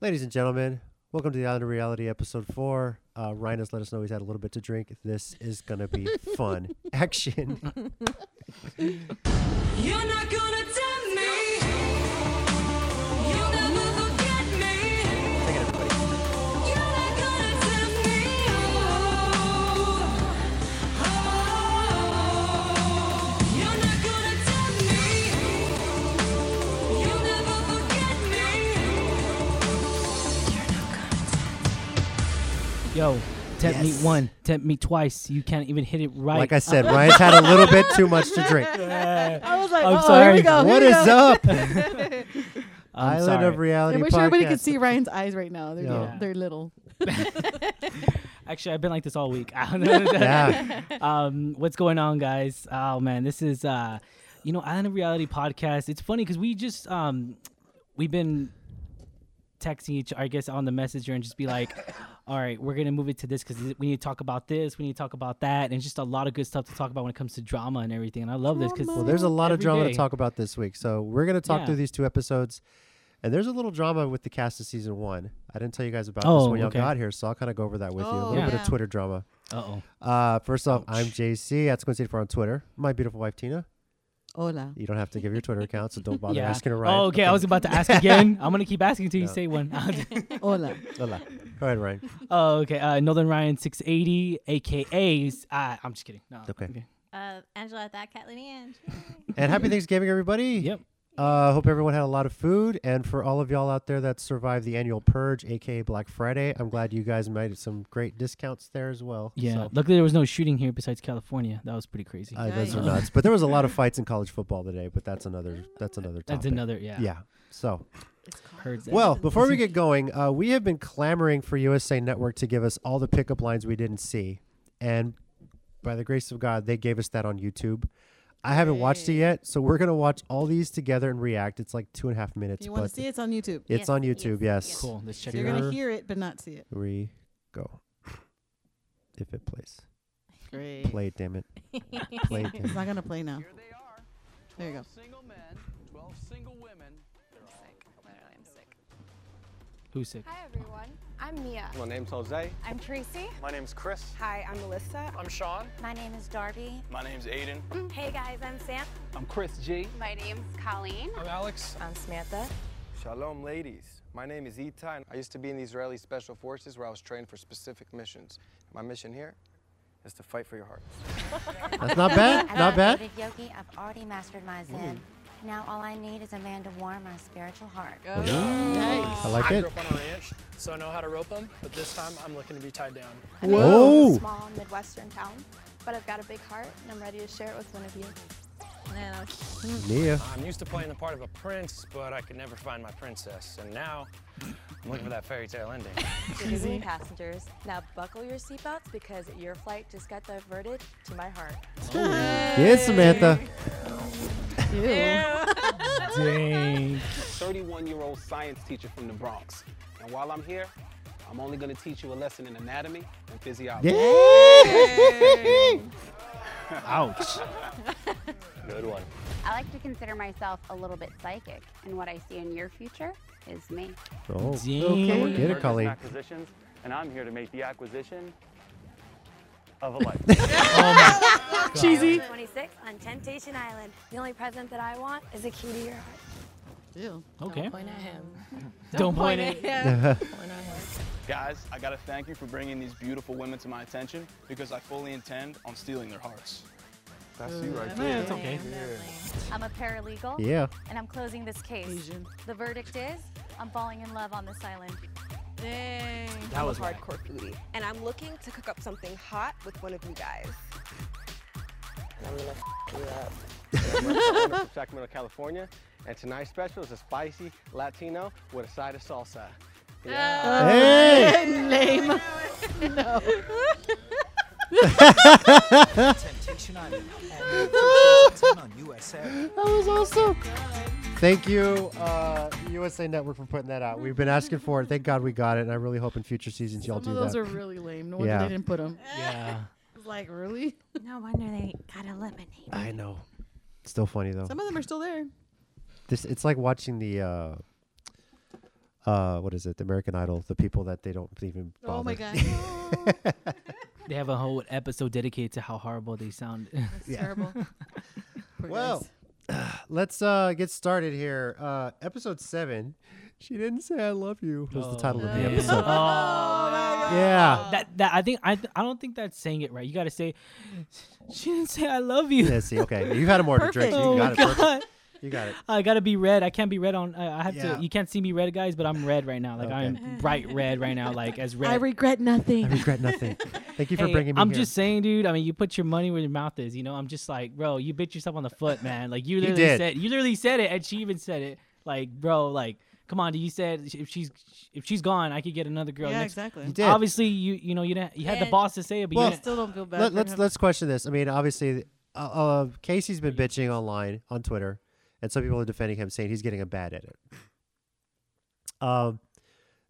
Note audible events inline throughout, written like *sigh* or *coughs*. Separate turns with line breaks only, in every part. Ladies and gentlemen, welcome to the Island of Reality, episode four. Uh, Ryan has let us know he's had a little bit to drink. This is going to
*laughs*
be fun. Action.
You're not gonna tempt me. You'll never forget me.
Take it, everybody.
You're not gonna tempt me. Oh, oh. You're not gonna tempt me. You'll never forget me. You're not gonna
Yo, tempt
Yes.
me one, tempt me twice. You can't even hit it right. Uh,
Like I said, Ryan's had a little bit too much to
*laughs*
drink.
I was like,
I'm
oh, here
sorry.
we go.
What
here we
is
go.
up?
I'm
Island
sorry.
of Reality
I wish
podcast.
everybody
*laughs*
could see Ryan's eyes right now. They're,
Yeah.
little- they're little.
Actually, I've been like this all
*laughs*
week. *laughs*
Yeah.
um, what's going on, guys? Oh man, this is uh, you know, Island of Reality podcast. It's funny because we just um, we've been texting each, I guess, on the messenger and just be
*laughs*
like, all right, we're gonna move it to this because we need to talk about this, we need to talk about that, and just a lot of good stuff to talk about when it comes to drama and everything. And I love this because
Well, there's a lot of
every
drama
day.
to talk about this week. So we're going to talk
Yeah.
through these two episodes. And there's a little drama with the cast of season one. I didn't tell you guys about this
Oh,
when y'all
okay.
got here, so I'll kind of go over that with you. A
Oh,
little bit
yeah.
of Twitter drama.
Uh oh.
Uh, first off, I'm JC at Squint for on Twitter. My beautiful wife Tina.
*laughs* Hola.
You don't have to give your Twitter account, so don't bother
*laughs* yeah.
asking her. Ryan.
Oh, okay. I was about to ask
*laughs*
again. I'm gonna keep asking until you say one. *laughs*
Hola.
Hola. *laughs* Go ahead, Ryan.
oh, okay. Uh, Northern Ryan 680, aka. Uh, I'm just kidding. No.
Okay.
Uh, Angela at that Cat Lady Ange.
And happy Thanksgiving, everybody.
Yep.
Uh, hope everyone had a lot of food. And for all of y'all out there that survived the annual purge, aka Black Friday, I'm glad you guys made some great discounts there as well.
Yeah.
So,
Luckily, there was no shooting here besides California. That was pretty crazy.
uh, those are
Nice.
nuts. But there was a lot of fights in college football today. But that's another. That's another. Topic.
*laughs* That's another. Yeah.
Yeah. So
Heard that.
Well, before we get going, uh, we have been clamoring for USA Network to give us all the pickup lines we didn't see. And by the grace of God, they gave us that on YouTube. I haven't watched it yet, so we're going to watch all these together and react. It's like two and a half minutes.
You
but
want to see it? It's on YouTube.
It's
Yes,
on
yes,
YouTube, yes.
yes.
Cool. Let's check
You're
it out.
going
Here.
to hear it, but not see it.
Three, go. *laughs* If it plays.
Great.
Play, damn it. Play, damn
It's
it.
not going to play now.
Here they are.
There you go.
12 Single men, 12 single women.
Literally, I'm sick.
Who's sick?
Hi everyone, I'm Mia.
My name's Jose.
I'm Tracy.
My name's Chris.
Hi, I'm Melissa.
I'm Sean.
My name is Darby.
My name's Aiden.
Hey guys, I'm Sam.
I'm Chris G.
My name's Colleen.
I'm Alex.
I'm Samantha.
Shalom, ladies. My name is Itai. I used to be in the Israeli Special Forces where I was trained for specific missions. My mission here is to fight for your hearts.
That's not bad.
*laughs* I'm
Not bad.
David Yogi. I've already mastered my Zen. Now all I need is a man to warm my spiritual heart.
I like
I
it.
grew up on a ranch, so I know how to rope them, but this time I'm looking to be tied down.
I'm
Whoa. Oh.
from a small Midwestern town, but I've got a big heart and I'm ready to share it with one of you.
No.
Mia.
I'm used to playing the part of a prince, but I could never find my princess, and now I'm looking for that fairy tale ending.
Easy. passengers, now buckle your seatbelts because your flight just got diverted to my heart.
Yes, Samantha. *laughs*
Ew.
Dang.
31 year old science teacher from the Bronx. And while I'm here, I'm only gonna teach you a lesson in anatomy and physiology.
Yeah.
Ouch.
Good one.
I like to consider myself a little bit psychic, and what I see in your future is me.
Oh,
Dang.
okay. Get it, Colleen.
Acquisitions, and I'm here to make the acquisition of a life.
Cheesy.
26 on Temptation Island. The only present that I want is a key to your heart.
Ew.
Okay.
Point at him.
Don't point it.
Guys, I gotta thank you for bringing these beautiful women to my attention because I fully intend on stealing their hearts.
That's you right
Yeah,
there.
it's okay.
I'm a paralegal.
Yeah.
And I'm closing this case.
Asian.
The verdict is I'm falling in love on this
*gasps*
island.
That was whack.
hardcore foodie, and I'm looking to cook up something hot with one of you guys.
I'm
*laughs*
from Sacramento, California, and tonight's special is a spicy Latino with a side of salsa.
Ah,
Yeah.
Hey.
*laughs* Lame.
Thank you, uh, USA Network, for putting that out. We've been asking for it. Thank God we got it, and I really hope in future seasons y'all
Some of
do
those
that.
are really lame. No wonder
Yeah.
they didn't put them.
Yeah.
Like, really?
No wonder they got eliminated.
I know. Still funny though.
Some of them are still there.
This it's like watching the uh, uh, what is it? The American Idol. The people that they don't even. Bother.
Oh
*laughs*
my they have a whole episode dedicated to how horrible they sound.
Yeah. *laughs*
terrible.
well, let's uh, get started here. Uh, episode seven. She didn't say I love you. Was the title of the episode? Oh Yeah.
Oh, That, that I think I th- I don't think that's saying it right. You got to say she didn't say I love you.
Yeah, see, okay. You've had more to drink, so you
Oh
got it
my
perfect.
God.
You got it.
*laughs* I gotta be red. I can't be red on. Uh, I have
Yeah.
to. You can't see me red, guys, but I'm red right now. Like
Okay.
I'm bright red right now. Like as red.
I regret nothing.
I regret nothing. Thank you for
Hey,
bringing me
I'm
here.
just saying, dude. I mean, you put your money where your mouth is. You know, I'm just like, bro, you bit yourself on the foot, man. Like you
You
literally
did.
said, you literally said it, and she even said it. Like, bro, like, come on, dude. You said if she's if she's gone, I could get another girl.
Yeah,
next-
exactly.
You did.
Obviously, you you know you didn't. You had the
And-
boss to say it, but
Well,
you didn't-
Still don't feel bad.
Let,
for
let's
him.
let's question this. I mean, obviously, uh, uh, Casey's been bitching online on Twitter, and some people are defending him, saying he's getting a bad edit. Um,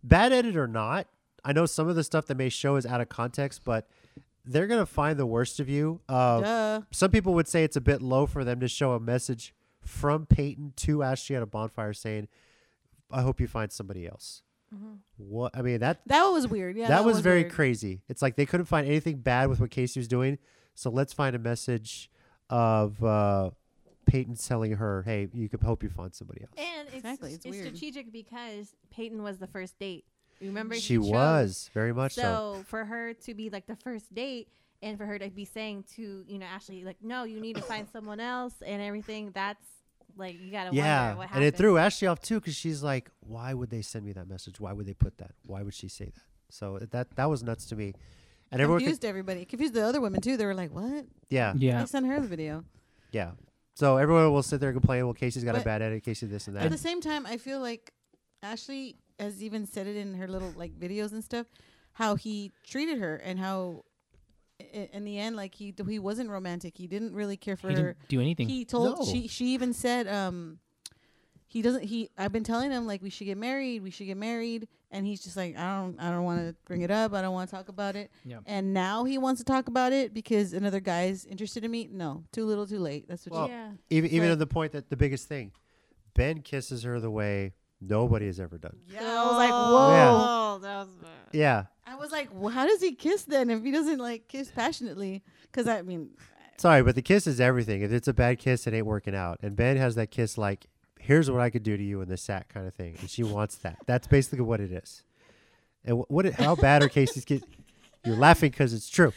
bad edit or not, I know some of the stuff that may show is out of context, but they're gonna find the worst of you. Uh,
Duh.
Some people would say it's a bit low for them to show a message from Peyton to Ashley at a bonfire saying, "I hope you find somebody else." What I mean that
That was weird. Yeah.
that, was, very
weird.
crazy. It's like they couldn't find anything bad with what Casey was doing, so let's find a message of uh, Peyton telling her, "Hey, you could hope you find somebody else."
And it's,
Exactly, it's
it's
weird.
strategic because Peyton was the first date. You Remember,
She
chose.
was, very much so.
So for her to be like the first date, and for her to be saying to you know Ashley like, no, you need
*coughs*
to find someone else and everything. That's like you gotta
yeah,
wonder what
and
happened.
it threw Ashley off too because she's like, "Why would they send me that message? Why would they put that? Why would she say that?" So that that was nuts to me, and everyone, could,
confused everybody. Confused the other women too. They were like, "What?
yeah,
They sent her the video."
yeah. So everyone will sit there and complain, "Well, Casey's got a
But-
bad edit. Casey this and
At
that."
the same time, I feel like Ashley has even said it in her little like videos and stuff, how he treated her and how i- in the end, like he he wasn't romantic. He didn't really care for
He
her.
didn't do anything.
He told
No.
she she even said um he doesn't he I've been telling him like we should get married, we should get married, and he's just like I don't I don't want to bring it up. I don't want to talk about it.
Yeah.
And now he wants to talk about it because another guy's interested in me. No, too little, too late. That's
Well,
what. she,
even even
Like-
to the point that the biggest thing, Ben kisses her the way nobody has ever done.
Yeah, I was like, whoa.
Yeah.
That was
Yeah,
I was like, well, how does he kiss then if he doesn't like kiss passionately? Because I mean,
Sorry, but the kiss is everything. If it's a bad kiss, it ain't working out. And Ben has that kiss like, here's what I could do to you in the sack kind of thing. And she wants that. That's basically what it is. And wh- what? it- How bad are Casey's kiss? You're laughing because it's true.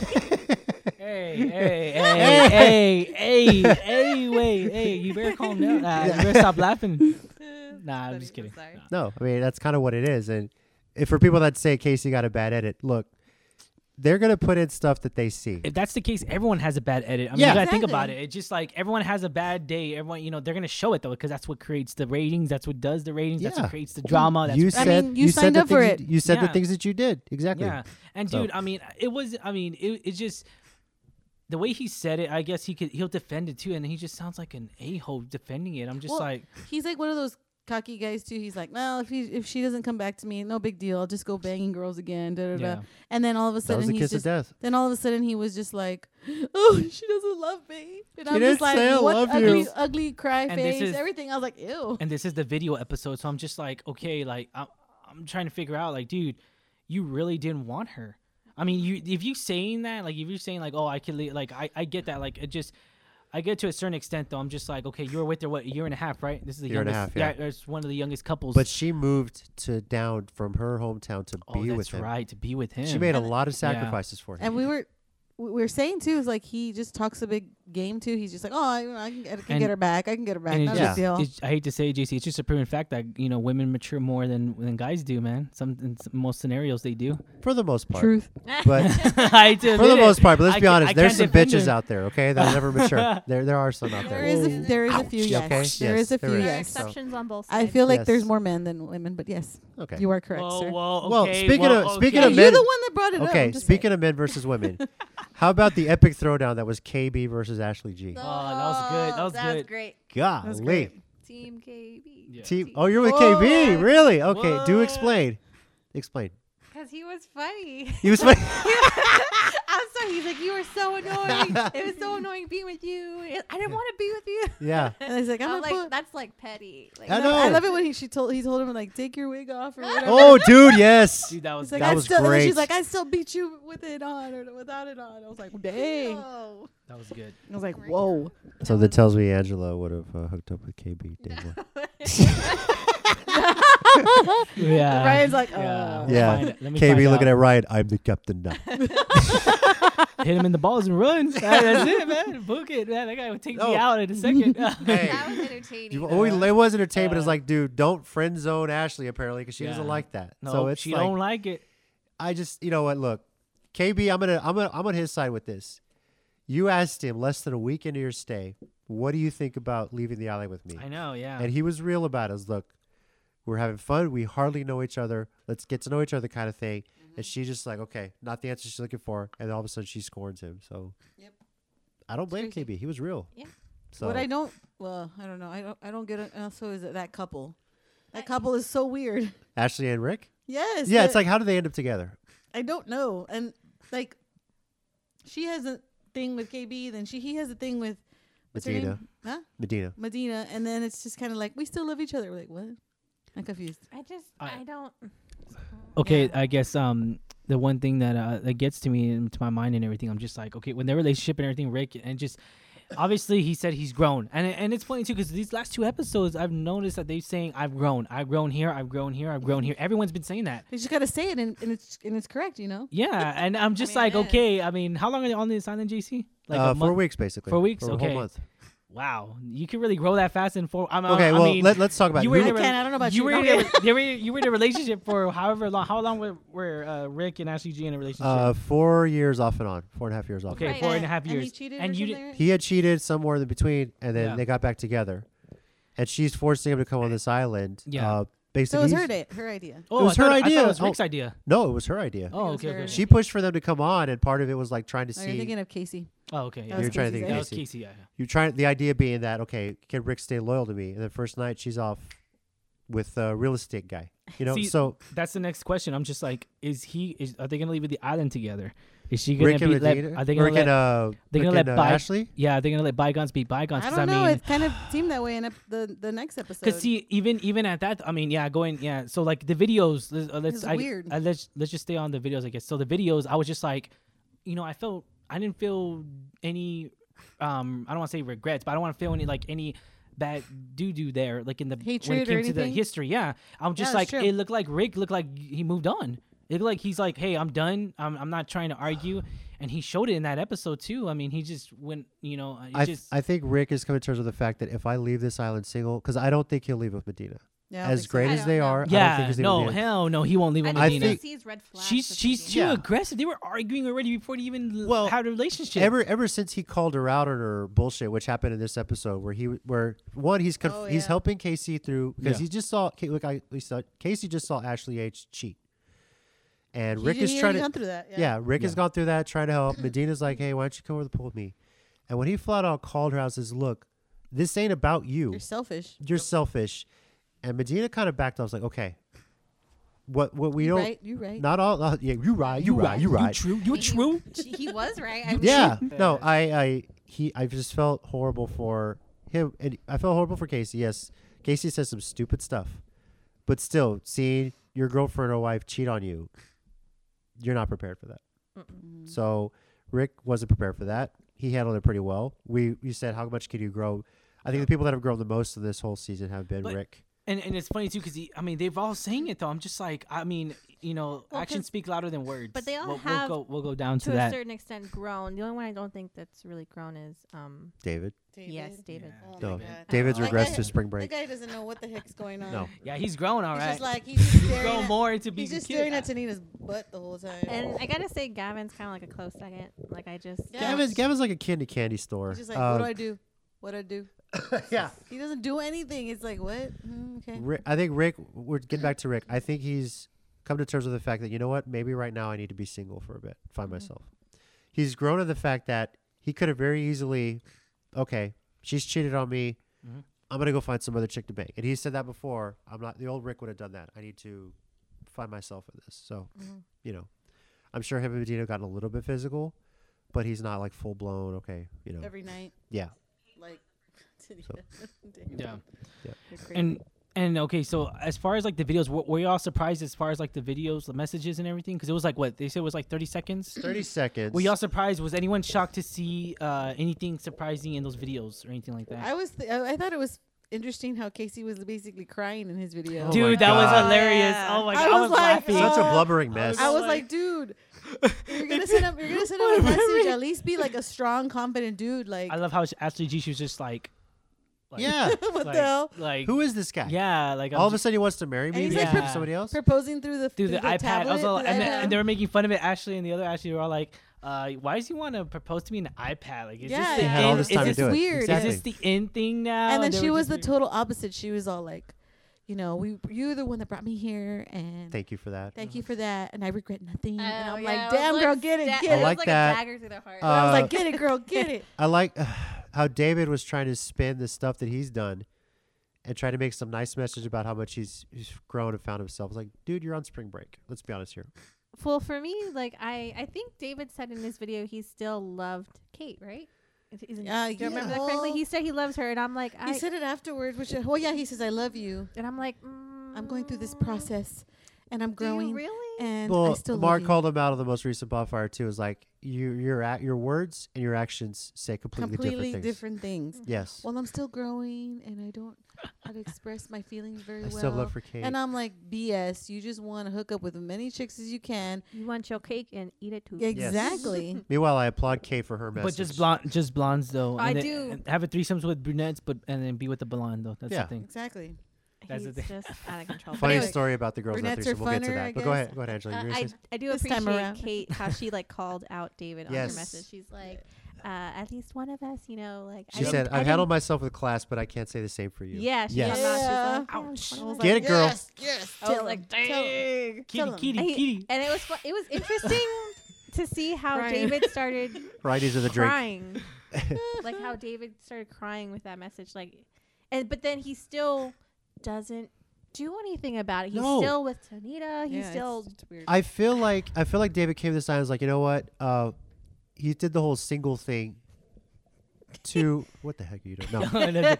*laughs*
Hey, hey, hey, hey, hey, hey, wait, hey, you better calm down. Uh, you better stop
*laughs*
laughing. Nah, I'm just kidding. Nah.
No, I mean that's kind of what it is. And if for people that say Casey got a bad edit, look, they're gonna put in stuff that they see.
If that's the case, everyone has a bad edit. I mean,
Yeah.
you gotta think about
Exactly.
it. It's just like everyone has a bad day. Everyone, you know, they're gonna show it though, because that's what creates the ratings. That's what does the ratings. That's
Yeah.
what creates the drama. That's
you
what-
said you, said the things You, you said the
Yeah.
things that you did exactly.
Yeah, and
So-
dude, I mean, it was. I mean, it, it's just the way he said it. I guess he could. He'll defend it too, and he just sounds like an a hole defending it. I'm just
well,
like,
he's like one of those cocky guys too. He's like, well, if he if she doesn't come back to me, no big deal. I'll just go banging girls again. Da, da,
Yeah.
da. And then all
That
of a
was
sudden,
the
he's
kiss of
just,
death.
Then all of a sudden, he was just like, oh, *laughs* she doesn't love me.
She
And I'm
didn't
just like,
say I
what
love
ugly,
you.
ugly cry
And this
face,
is-
everything. I was like, ew.
and this is the video episode, so I'm just like, okay, like I'm, I'm trying to figure out, like, dude, you really didn't want her. I mean, you if you saying that, like, if you're saying like, oh, I could, leave, like, I, I get that, like, it just. I get to a certain extent though. I'm just like, okay, you were with her what a year and a half, right? This is the
Year and a
youngest.
half, yeah.
it's one of the youngest couples.
But she moved to down from her hometown to
oh,
be
that's
with him.
right, to be with him.
She made a
And-
lot of
Yeah.
sacrifices for him.
And we were. We were saying too is like he just talks a big game too. He's just like, oh, I, you know, I can, I can
And-
get her back. I can get her back.
And
Not
it's
a big
just,
deal.
it's- I hate to say, it, JC, it's just a proven fact that you know women mature more than than guys do, man. Some in s- most scenarios they do.
For the most part.
Truth.
*laughs* But
*laughs*
*laughs*
I hate to
for the
admit it.
most part, but
I
let's be
ca-
honest,
I
there's some
can't defend
bitches
her.
out there, okay, that never *laughs* mature. There, there are some out there.
There is a, there is a few
Ouch.
yes.
Okay,
There
yes,
is a
there
few
is.
yes.
There are exceptions
on both
I feel like
sides.
there's
Yes.
more men than women, but yes.
Okay.
You are correct, sir.
well, speaking of speaking of
Oh,
Yeah,
men,
you're the one that brought it up.
okay,
I'm just
speaking of men versus
*laughs*
women, how about the epic throwdown that was KB versus Ashley G?
Oh, that was good. That was
that was
good.
*laughs* great.
Golly,
Team KB.
Oh, team. Oh, you're with KB, really? Okay, do explain, explain.
Because Because he was funny. *laughs*
He was funny.
I'm sorry. He's like, you were
*laughs*
so annoying. it was so annoying being with you. It- I didn't want to be with you.
*laughs*
*laughs*
Yeah.
And he's like, I'm a
like,
bull-
that's like petty.
*laughs*
Like,
I
No, I
know.
love it when he she told he told him like take your wig off or whatever.
Oh, dude, yes. *laughs* Dude, that
He's
was-
like,
that
I
was
still, and then
great.
She's like, I still beat you with it on or without it on. I was like, dang. "Ah."
That was good.
I was like, whoa.
So that tells me Angela would have uh, hooked up with KB day *laughs* one.
Yeah.
*laughs* Ryan's like,
Yeah.
oh.
Yeah.
find it. Let me
KB
find
looking
out.
at Ryan. I'm the captain *laughs* now.
Hit him in the balls and runs. That- That's it, man. Book it, man. That guy would take me
No.
out in a
*laughs*
second. *laughs*
That
was entertaining.
You, oh, it was entertainment. It's like, dude, don't friend zone Ashley apparently because she doesn't
Yeah.
like that.
No,
so it's
she
like,
don't like it.
I just, you know what? Look, KB, I'm gonna, I'm gonna, I'm on his side with this. You asked him less than a week into your stay, what do you think about leaving the alley with me?
I know, yeah.
And he was real about it. As look, we're having fun. We hardly know each other. Let's get to know each other, kind of thing.
Mm-hmm.
And she's just like, okay, not the answer she's looking for. And all of a sudden, she scorns him. So,
Yep.
I don't blame KB. He was real.
Yeah.
So
What I don't, well, I don't know. I don't, I don't get it. Also, is it that couple? That couple is so weird. *laughs*
Ashley and Rick.
Yes,
Yeah, it's
the-
like how do they end up together?
I don't know. And like, she has a thing with KB, then she he has a thing with what's her
Medina.
name? Huh?
Medina.
Medina, and then it's just kind of like we still love each other. We're like, what? I'm confused.
I just, I don't.
Okay, I guess um the one thing that uh, that gets to me and to my mind and everything, I'm just like, okay, when their relationship and everything, Rick and just obviously he said he's grown, and and it's funny too because these last two episodes, I've noticed that they're saying I've grown, I've grown here, I've grown here, I've grown here. Everyone's been saying that.
You just gotta say it, and, and it's and it's correct, you know.
*laughs*
Yeah, and I'm just like, okay. I mean, how long are they on this island, JC? Like
Uh,
a
four
month?
weeks, basically.
Four weeks.
Or a whole
okay.
month.
Wow, you can really grow that fast in four. I'm, I'm-
Okay,
I
well,
mean,
let- let's talk about
you.
it.
Were in
I
a re-
can't, I don't know about
you.
you.
Were in
Okay.
a, re- you were in- you were in a relationship for however long. How long were, were uh, Rick and Ashley G in a relationship?
Uh, four years off and on. Four and a half years off.
Okay,
and on.
four and a half
uh, and he
years.
cheated or
and you
something,
did,
He had cheated somewhere in between, and then
Yeah.
they got back together. And she's forcing him to come on this island.
Yeah.
Uh,
So
basically,
it was her
he's-
day, her idea.
Oh,
it was
I
her
thought- I thought
idea.
it was Rick's
Oh,
idea.
No, it was her idea.
Oh, It was okay, her okay, idea.
She pushed for them to come on, and part of it was like trying to
Are
see.
you thinking of Casey?
Oh, okay.
You're trying to think.
That
of
was Oh, Casey, yeah, yeah.
You're trying. The idea being that okay, can Rick stay loyal to me? And the first night she's off with a real estate guy. You know,
*laughs* See,
so
that's the next question. I'm just like, is he? Is, are they gonna leave the island together? Is she gonna
Rick and
be? Let,
Medina?
are they gonna
Rick
let?
and, uh,
they gonna
Rick
let
and, uh,
bi-
Ashley?
Yeah, they're gonna let bygones be bygones.
I
'cause
don't know.
mean,
it kind of seemed that way in ep- the the next episode.
Cause see, even even at that, I mean, yeah, going, yeah. So like the videos, let's uh, let's
It's
I,
weird.
I- let's let's just stay on the videos, I guess. So the videos, I was just like, you know, I felt I didn't feel any, um, I don't want to say regrets, but I don't want to feel any like any bad doo doo there, like in the when it
Hatred or
came to the
anything?
history. Yeah, I'm just
Yeah,
like,
it's true.
it looked like Rick looked like he moved on. It looked like he's like, hey, I'm done. I'm I'm not trying to argue, and he showed it in that episode too. I mean, he just went, you know, it
I, th-
just
I think Rick is coming to terms with the fact that if I leave this island single, because I don't think he'll leave with Medina.
Yeah, I don't
as
think so.
great
I
as
don't
they
know.
are, I
Yeah,
don't think he's leaving
no,
Medina.
hell no, he won't leave with I Medina. think-
sees red flags.
She's she's too
Yeah.
aggressive. They were arguing already before they even
Well,
well, had a relationship.
Ever ever since he called her out on her bullshit, which happened in this episode, where he w- where one he's conf-
Oh,
he's
yeah.
helping Casey through because
Yeah.
he just saw Ca- look I we saw Casey just saw Ashley H cheat, and
He-
Rick is
he
trying
already
to
gone through that, yeah.
Rick has
Yeah.
gone through that trying to help. Medina's like, hey, why don't you come over to the pool with me? And when he flat out called her out, says, look, this ain't about you.
You're selfish.
You're selfish, and Medina kind of backed off. Was like, okay. What what we
You
don't
right, you right.
not all uh, yeah you right you, right, you right
true you true
he was right. I mean,
yeah. No, I, I, he, I just felt horrible for him, and I felt horrible for Casey. Yes, Casey says some stupid stuff, but still, seeing your girlfriend or wife cheat on you, you're not prepared for that. So Rick wasn't prepared for that. He handled it pretty well. We, you said, how much can you grow? I think the people that have grown the most of this whole season have been
But-
Rick.
and and it's funny too because I mean they've all saying it though. I'm just like I mean you know
Well,
actions
'cause-
speak louder than words.
But they all
we'll,
have.
We'll go, we'll go down to,
to
that.
a certain extent grown. The only one I don't think that's really grown is um
David.
Yes,
David.
David.
Oh my No, God. David's
That
regressed
guy-
to spring break.
That guy doesn't know what the heck's going on.
No.
Yeah, he's grown, all
he's
right.
Just like he's
*laughs*
just
He's
staring
grown
at,
more to be
He's
the
just
kid.
staring at Tanita's butt the whole time.
And I gotta say, Gavin's kind of like a close second. Like I just
Gavin's, Gavin's like a kid in a candy store.
He's just like,
Uh,
what do I do? What do I do?
*laughs* yeah.
He doesn't do anything. It's like, what? Mm, okay.
Rick, I think Rick. We're getting back to Rick. I think he's come to terms with the fact that you know what? Maybe right now I need to be single for a bit, find myself. He's grown to the fact that he could have very easily, okay, she's cheated on me.
Mhm.
I'm gonna go find some other chick to bang. And he said that before. I'm not. The old Rick would have done that. I need to find myself in this. So,
Mhm.
you know, I'm sure him and Medina got a little bit physical, but he's not like full blown. Okay, you know,
Every night.
Yeah,
Like. *laughs*
Yeah.
You're crazy.
And and okay, so as far as like the videos, were, were y'all surprised as far as like the videos, the messages, and everything? Because it was like what they said was like thirty seconds.
30 seconds.
Were y'all surprised? Was anyone shocked to see uh, anything surprising in those videos or anything like that?
I was. Th- I I thought it was interesting how Casey was basically crying in his video.
Oh Dude, my that was God. hilarious. Oh my God, I was laughing. Such a
blubbering mess.
I was
*laughs*
like, dude, you're gonna send him. You're gonna send him a message. At least be like a strong, confident dude. Like,
I love how she- Ashley G. She was just like, like *laughs*
Yeah. What the
like,
hell?
Like
who is this guy?
Yeah, like
all of a sudden he wants to marry me.
he's,
because
like,
he picked
yeah.
somebody else.
proposing through the
through the, iPad. I was
tablet,
all,
through the
and, the- and
iPad.
they were making fun of it. Ashley and the other Ashley were all like, uh, "Why does he want to propose to me in an iPad? Like, is
Yeah,
this the
He
had all
end?
this
is
time to
this
do it.
weird?
Exactly.
Is this the end thing now?"
and then
they
she
were
was
just
the
like-
total opposite. She was all like, you know, we you're the one that brought me here, and
Thank you for that.
Thank you for that, and I regret nothing. and
Oh,
I'm
yeah,
like,
it was
damn
like
girl, get it,
sta-
get
it
it.
was like a
that.
dagger through the heart.
I was
Uh,
like, get it, girl, get
*laughs*
it.
I like uh, how David was trying to spin the stuff that he's done and try to make some nice message about how much he's, he's grown and found himself. It's like, dude, you're on spring break. Let's be honest here.
Well, for me, like I, I think David said in this video he still loved Kate, right? Is- Isn't,
Uh,
do I remember that
yeah.
correctly? He said he loves her, and I'm like, I,
He said it afterwards, which oh yeah, he says I love you,
and I'm like, mm,
I'm going through this process, and I'm
do you
growing,
really?
and I
well,
still
Mark
love you.
called him out on the most recent bonfire too. Is like you, your at your words and your actions say completely,
completely
different things.
different things.
Yes.
Well, I'm still growing, and I don't how to express my feelings very
I
well.
still love for Kate.
And I'm like, BS. You just want to hook up with as many chicks as you can.
You want your cake and eat it too.
Yes.
Exactly.
*laughs*
Meanwhile, I applaud Kate for her message.
But just blonde, just blondes though.
I
and then-
do.
and have a threesomes with brunettes, but and then be with the blonde though. That's
Yeah.
the thing.
Exactly.
That's the
He's
thing.
just out
*laughs*
of control.
Funny
Anyway,
story about the girls in that
brunettes are
threesome. We'll get to
funner, I
that. But go
guess.
ahead, go ahead, Angela.
Uh,
You were gonna
I,
say
I do
This time
appreciate
around.
Kate how she like called out David on
Yes.
her message. She's like, uh, at least one of us, you know, like
She
I
said,
didn't- I
"I've handled
didn't-
myself with class, but I can't say the same for you."
Yeah, she
yes.
got nauseous. I was
Yeah.
like, "Ouch." I was
Get
like,
it, girl.
Yes.
I was like, dang.
Kitty, kitty,
I-
*laughs*
kitty. *laughs*
And it was fu- it was interesting *laughs* to see how
Crying.
David started
Varieties of the drink.
*laughs*
crying, like how David started crying with that message, like, and but then he still doesn't do anything about it. He's
No.
still with Tanita. He's still
weird.
I feel like I feel like David came to this time and was like, you know what? Uh, he did the whole single thing. To what the heck are you doing?
Oh,
No,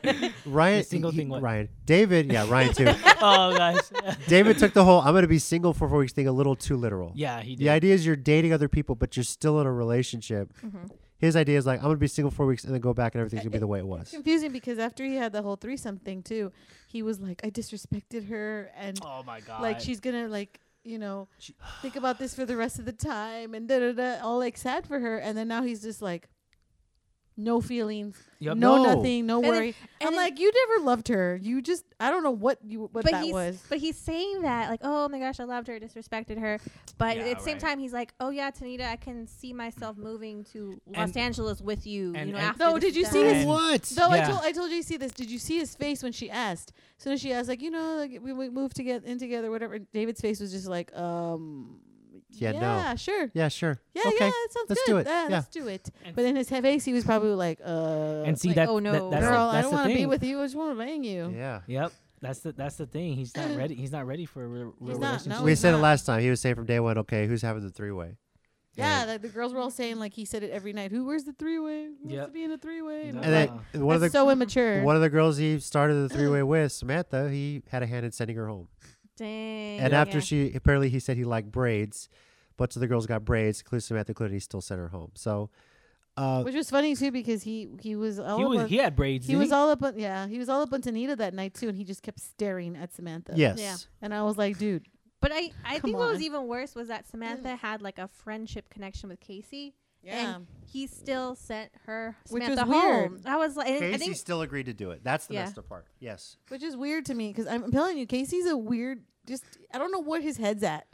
Ryan.
The single
he-
thing what?
Ryan. David. Yeah, Ryan too.
oh guys.
David took the whole "I'm going to be single for four weeks" thing a little too literal.
*laughs* Yeah, he did.
The idea is you're dating other people, but you're still in a relationship. His idea is like, "I'm going to be single for four weeks and then go back, and everything's going to be the way it was."
confusing because after he had the whole threesome thing too, he was like, I disrespected her, and
Oh my god.
like she's gonna like you know think about this for the rest of the time, and da da da, all like sad for her, and then now he's just like. No feelings,
Yup.
no,
No.
nothing, no
And then-
worry. I'm
and then-
like, you never loved her. You just, I don't know what you what
but
that
he's
was.
but he's saying that like oh my gosh i loved her disrespected her but
Yeah,
at the same
right.
time he's like oh yeah tanita i can see myself moving to los
And-
angeles with you
and-
you know
and-
after
No,
this
Oh, did you
is
see
done."
his-
What?
Though
Yeah.
I told I told JC this. Did you see his face when she asked? As soon as she asked, like you know, like we, we moved to get in together, whatever. David's face was just like, um,
Yeah, no.
sure,
Yeah, sure.
yeah,
okay.
yeah, that sounds
let's
good.
do it.
Yeah,
Yeah.
let's do it. But in his he- face, he was probably like, uh,
and see
like,
that.
oh,
that-
no.
that's the-
girl, I
that's
don't
the
want to be
thing.
with you. I just want to bang you.
Yeah.
Yep. That's the that's the thing. He's not ready. He's not ready for a re-
He's not,
relationship.
no.
we
he's
said it
not.
last time. He was saying from day one, okay, who's having the three way?
Yeah, like the girls were all saying like he said it every night. Who wears the three way? Who
Yep.
wants to be in a three way?
No.
And then
Wow.
one of the
That's so immature.
one of the girls he started the three way with, Samantha, he had a hand in sending her home.
Dang.
And after
yeah.
she apparently he said he liked braids, bunch of the girls got braids, including Samantha, including he still sent her home. So uh,
Which was funny too because he he was all
He
up
was
on-
he had braids.
He
didn't
was all up on yeah, he was all up on Tanita that night too, and he just kept staring at Samantha.
yes.
And I was like, dude,
but i i
Come
think what was
on. Mm.
even worse was that samantha had like a friendship connection with casey and he still sent her
Which
samantha
was weird.
home i was like and i
Casey
think
still agreed to do it. That's the
Yeah.
messed up part. Yes.
Which is weird to me because I'm telling you, Casey's a weird just I don't know what his head's at.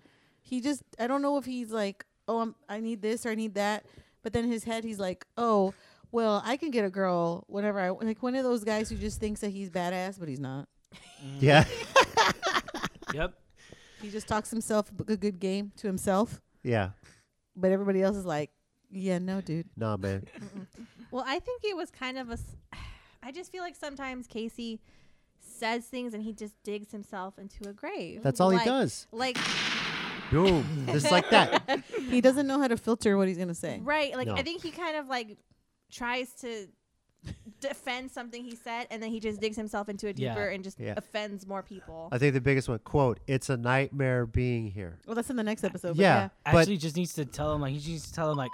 He just I don't know if he's like, Oh, I'm I need this or I need that but then in his head he's like, Oh, well, I can get a girl whenever I like one of those guys who just thinks that he's badass, but he's not.
*laughs* Yeah.
he? Yep.
He just talks himself a good- good game to himself,
yeah.
but everybody else is like, Yeah, no, dude.
Nah, man.
Well, I think it was kind of a. s- *sighs* I just feel like sometimes Casey says things and he just digs himself into a grave.
That's all
Like-
he does.
Like
Boom.
*laughs*
Just like that.
he doesn't know how to filter what he's gonna say.
Right. Like
No.
I think he kind of like tries to defend something he said, and then he just digs himself into it
Yeah.
deeper and just
Yeah.
offends more people.
I think the biggest one, quote, it's a nightmare being here.
Well, that's in the next episode.
but Yeah, yeah. but-
actually, just needs to tell him like he just needs to tell him like,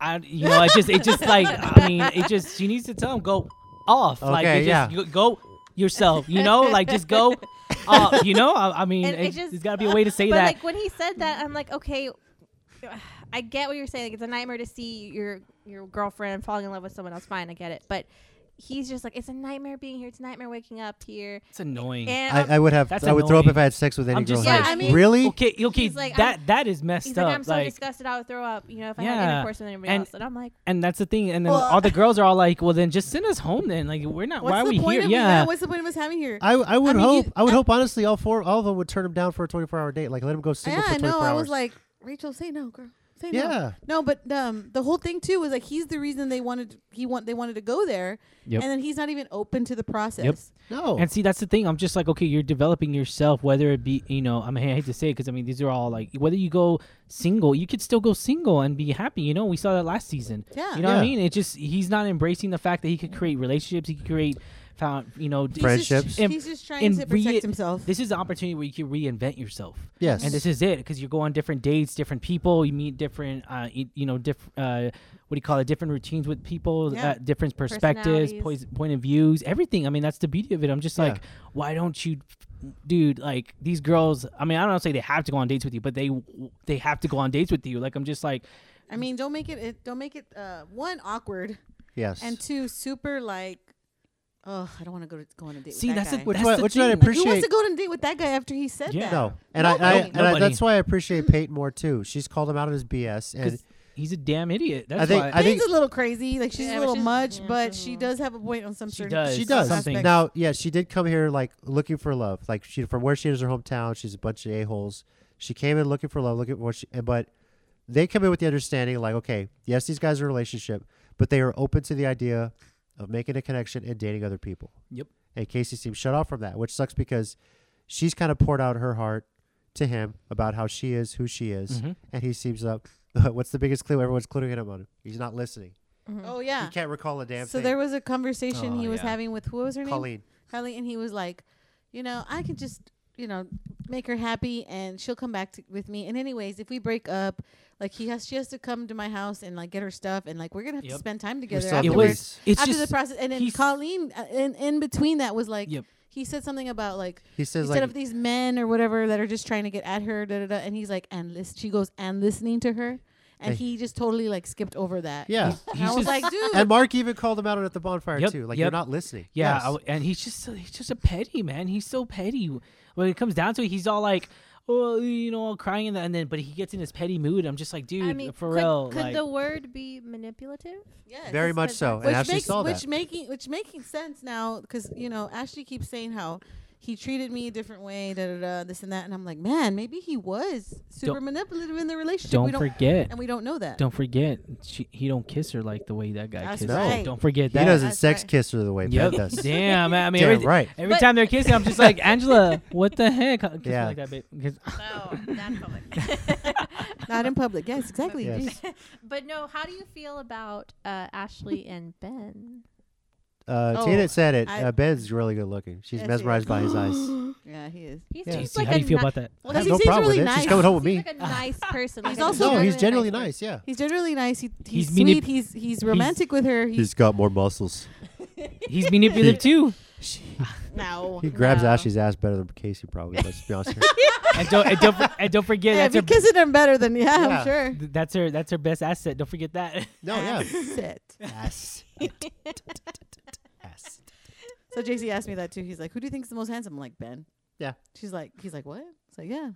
I you know it just it just like I
*laughs*
mean it just she needs to tell him go off like
Okay,
it
yeah.
just, you go yourself you know like just
*laughs*
go off you know I, I mean
And
it,
it just-
there's got to be a way to say
but
that
like when he said that, I'm like, okay, *sighs* I get what you're saying. Like it's a nightmare to see your your girlfriend falling in love with someone else. Fine, I get it. But he's just like, it's a nightmare being here. It's a nightmare waking up here.
It's annoying.
And
I, I would have. I would throw up if I had sex with any
I'm
girl.
just
here.
like,
really?
Okay, okay.
He's like,
that
I'm-
that is messed
He's
up.
like, I'm so disgusted, I would throw up. You know, if I had intercourse with anybody
and,
else, and I'm like,
and that's the thing. And then
Well,
all the girls are all like, well, then just send us home. Then like, we're not.
What's
why are
the
we
point
here?
of
Yeah.
What's the point of us having here?
I, I would
mean, you-
hope. I would hope honestly, all four, all of them would turn him down for a 24-hour date. Like let him go single
yeah,
for
I
24
know.
hours.
I was like, Rachel, say no, girl. Say no.
Yeah.
No, but um, the whole thing too was like he's the reason they wanted he want they wanted to go there,
Yep.
and then he's not even open to the process.
No.
And see, that's the thing. I'm just like, okay, you're developing yourself, whether it be, you know, I mean, I hate to say it because I mean, these are all like, whether you go single, you could still go single and be happy. You know, we saw that last season.
Yeah.
You know what I
Yeah.
mean? It just, he's not embracing the fact that he could create relationships. He could create, found, you know, d-
Friendships.
and-
he's just trying to protect himself.
This is the opportunity where you can reinvent yourself.
Yes.
And this is it because you go on different dates, different people, you meet different, uh, you, you know, different, uh, what do you call it? Different routines with people,
Yeah.
uh, different perspectives,
Personalities.
points, point of views, everything. I mean, that's the beauty of it. I'm just like, why don't you, dude? Like these girls. I mean, I don't say they have to go on dates with you, but they they have to go on dates with you. Like I'm just like,
I mean, don't make it, it don't make it uh, one awkward.
Yes.
And two, super like, oh, I don't want to go to go on a date.
See,
with that
that's the-
guy.
Which
that's what- the which what I thing.
Who wants to
appreciate-
go on a date with that guy after he said that?
No. And I, I,
Nobody.
and I,
Nobody.
that's why I appreciate Peyton more too. She's called him out on his BS, and
'Cause he's a damn idiot. That's
I think.
why.
I think
She's a little crazy. Like she's
Yeah,
a
but mm.
little
she's-
much,
yeah,
but she does have a point on some certain.
does.
she does
something.
now. Yeah, she did come here like looking for love. Like she from where she is, her hometown. She's a bunch of a holes. She came in looking for love, looking for what she. and- But they come in with the understanding, like, okay, yes, these guys are in a relationship, but they are open to the idea of making a connection and dating other people.
Yep.
And Casey seems shut off from that, which sucks because she's kind of poured out her heart to him about how she is, who she is,
Mhm.
and he seems up. *laughs* What's the biggest clue? Everyone's cluing him on. He's not listening.
Oh yeah.
He can't recall a damn
So
thing.
there was a conversation
Oh,
he was
yeah.
having with who was her name?
Colleen.
Colleen, and he was like, you know, I can just, you know, make her happy, and she'll come back to, with me. And anyways, if we break up, like he has, she has to come to my house and like get her stuff, and like we're gonna have
Yep.
to spend time together.
still have to
afterwards,
wait. It's
after
just-
the process, and then
he's-
Colleen, uh, in in between that was like.
Yep.
He said something about like
He says,
instead
like-
of these men or whatever that are just trying to get at her, da da da, and he's like and listen. She goes and listening to her, and
Hey.
he just totally like skipped over that.
Yeah.
and I was like, dude,
*laughs* And Mark even called him out at the bonfire
Yep,
too. Like
yep.
you're not listening.
Yeah,
Yes.
I w- and he's just he's just a petty man. He's so petty. When it comes down to it, he's all like, "Oh, you know, all crying," and, that, and then but he gets in his petty mood. I'm just like, dude,
I mean,
for
could,
real.
could
like,
the word be manipulative?
Yes.
Very much so, and
Which
Ashley
makes
saw
which
that.
making which making sense now because you know Ashley keeps saying how he treated me a different way, da da da, this and that, and I'm like, man, maybe he was super
Don't-
manipulative in the relationship.
don't,
we don't
forget,
and we don't know that.
Don't forget, she, he don't kiss her like the way that guy
That's
kissed her.
right.
Don't forget
he
that.
doesn't sex kiss her the way
Yep.
Pat does.
*laughs* Damn, I mean,
Damn
every,
right.
every
But-
time they're kissing, I'm just like, Angela, what the heck? Kiss me
Yeah.
like that, babe.
*laughs*
'Cause-
No, not in public.
Not in public. Yes, exactly.
Yes.
Jeez.
*laughs* but no, how do you feel about uh, Ashley and Ben?
Uh,
Oh,
Tina said it.
I-
uh, Ben's really good looking. She's
Yes, he
mesmerized
is. *gasps*
by his eyes.
Yeah, he is.
He's
Yeah.
just
See,
like
how
a
do you feel
ni-
about that?
Well,
I have
he
no
seems
problem
really
with it. She's
nice.
coming home with
He's
me.
like a nice
*laughs*
person.
He's
like a
also
No, he's
genuinely
generally
person.
nice. Yeah.
He's generally nice. He, he's,
He's
sweet.
manip-
he's he's romantic with her. He's,
got more muscles.
He's manipulative too.
*laughs* now
He grabs Ashley's ass better than Casey probably. Let's be honest. Here.
*laughs*
and don't and don't, for- and don't
*laughs*
forget
Yeah, if
that's
you're
her
kissing him better than yeah,
Yeah.
I'm sure.
th- that's her that's her best asset. Don't forget that. *laughs*
No, yeah.
Sit.
*laughs*
*laughs*
Ass. Ass.
So JC asked me that too. He's like, "Who do you think's the most handsome?" I'm like, "Ben."
Yeah.
She's like, "He's like what?" It's like, "Yeah,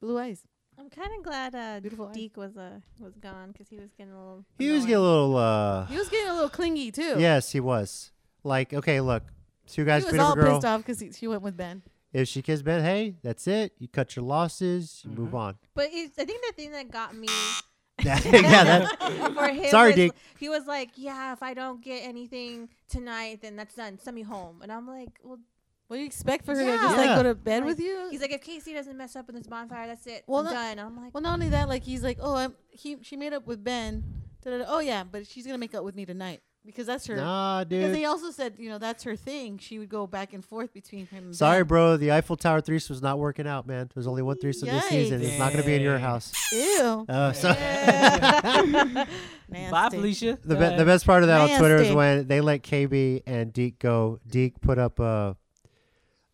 blue eyes."
I'm kind of glad uh,
Beautiful eyes.
Deke was uh, was gone because he was getting a little.
He was
annoying.
getting a little. uh
He was getting a little clingy too.
Yes, he was. Like, okay, look, two guys
he
beat
was
up
all
a girl.
pissed off because she went with Ben.
If she kissed Ben, hey, that's it. You cut your losses. You move on.
But it's, I think the thing that got me *laughs*
*laughs* yeah. That,
for him
Sorry,
was,
Deke.
he was like, "Yeah, if I don't get anything tonight, then that's done. Send me home." And I'm like, "Well,
What do you expect for her to just like
Yeah.
go to bed with you?
He's like, if Casey doesn't mess up in this bonfire, that's it.
Well,
I'm
not-
done. I'm like, *laughs*
Well, not only that, like he's like, oh, I'm, he she made up with Ben. Da-da-da. Oh yeah, but she's gonna make up with me tonight because that's her.
Nah,
Because
dude.
they also said, you know, that's her thing. She would go back and forth between him. And
Sorry,
Ben.
bro. The Eiffel Tower threesome's not working out, man. There's only one threesome this season. It's not going to be in your
Yikes.
house.
Ew.
Uh, so
Bye, Felicia.
*laughs* the,
Go
be-
ahead.
the best part of that on Twitter is
Nasty.
when they let KB and Deke go. Deke put up a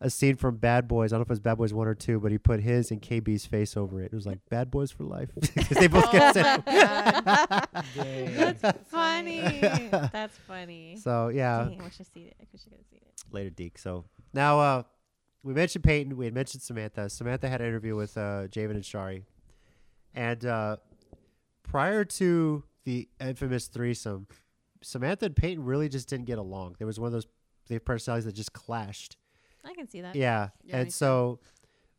a scene from Bad Boys. I don't know if it was Bad Boys one or two, but he put his and KB's face over it. It was like Bad Boys for life *laughs* 'Cause they both get
Oh
sent.
That's funny.
*laughs*
That's funny.
*laughs* So yeah,
Dang, I wish I see it. I wish I could see it.
later Deke. So now uh, we mentioned Peyton. We had mentioned Samantha. Samantha had an interview with uh, Javen and Shari, and uh, prior to the infamous threesome, Samantha and Peyton really just didn't get along. There was one of those the personalities that just clashed.
I can
*laughs*
see that.
Yeah,
Yeah, me
and
too.
so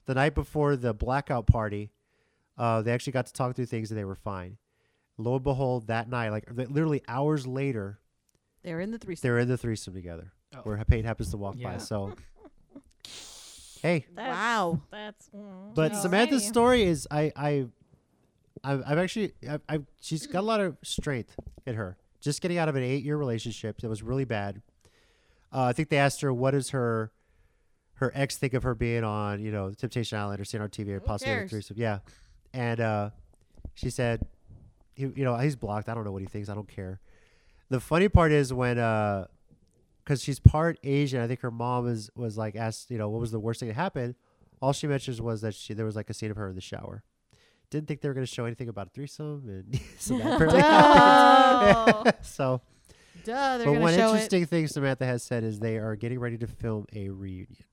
the night before the blackout party, uh, they actually got to talk through things and they were fine. Lo and behold, that night, like th- literally hours later,
They're in the threesome.
They're in the threesome together,
Oh.
where Peyton happens to walk by.
Yeah. *laughs*
So, hey,
That's,
wow. *laughs*
That's. mm,
but
geez.
Samantha's story is I I I've, I've actually I've, I've she's got a lot of strength in her. Just getting out of an eight year relationship that was really bad. Uh, I think they asked her what is her her ex think of her being on you know Temptation Island or seeing on TV or possibly on a
cares?
threesome. Yeah, and uh, she said, he, you know he's blocked. I don't know what he thinks. I don't care. The funny part is when. Uh, because she's part Asian. I think her mom is was like asked, you know, what was the worst thing that happened. All she mentions was that she there was like a scene of her in the shower. Didn't think they were going to show anything about a threesome, and *laughs* so that apparently
*laughs*
happened. so,
Duh, they're
but
gonna
one
show it.
interesting thing Samantha has said is they are getting ready to film a reunion.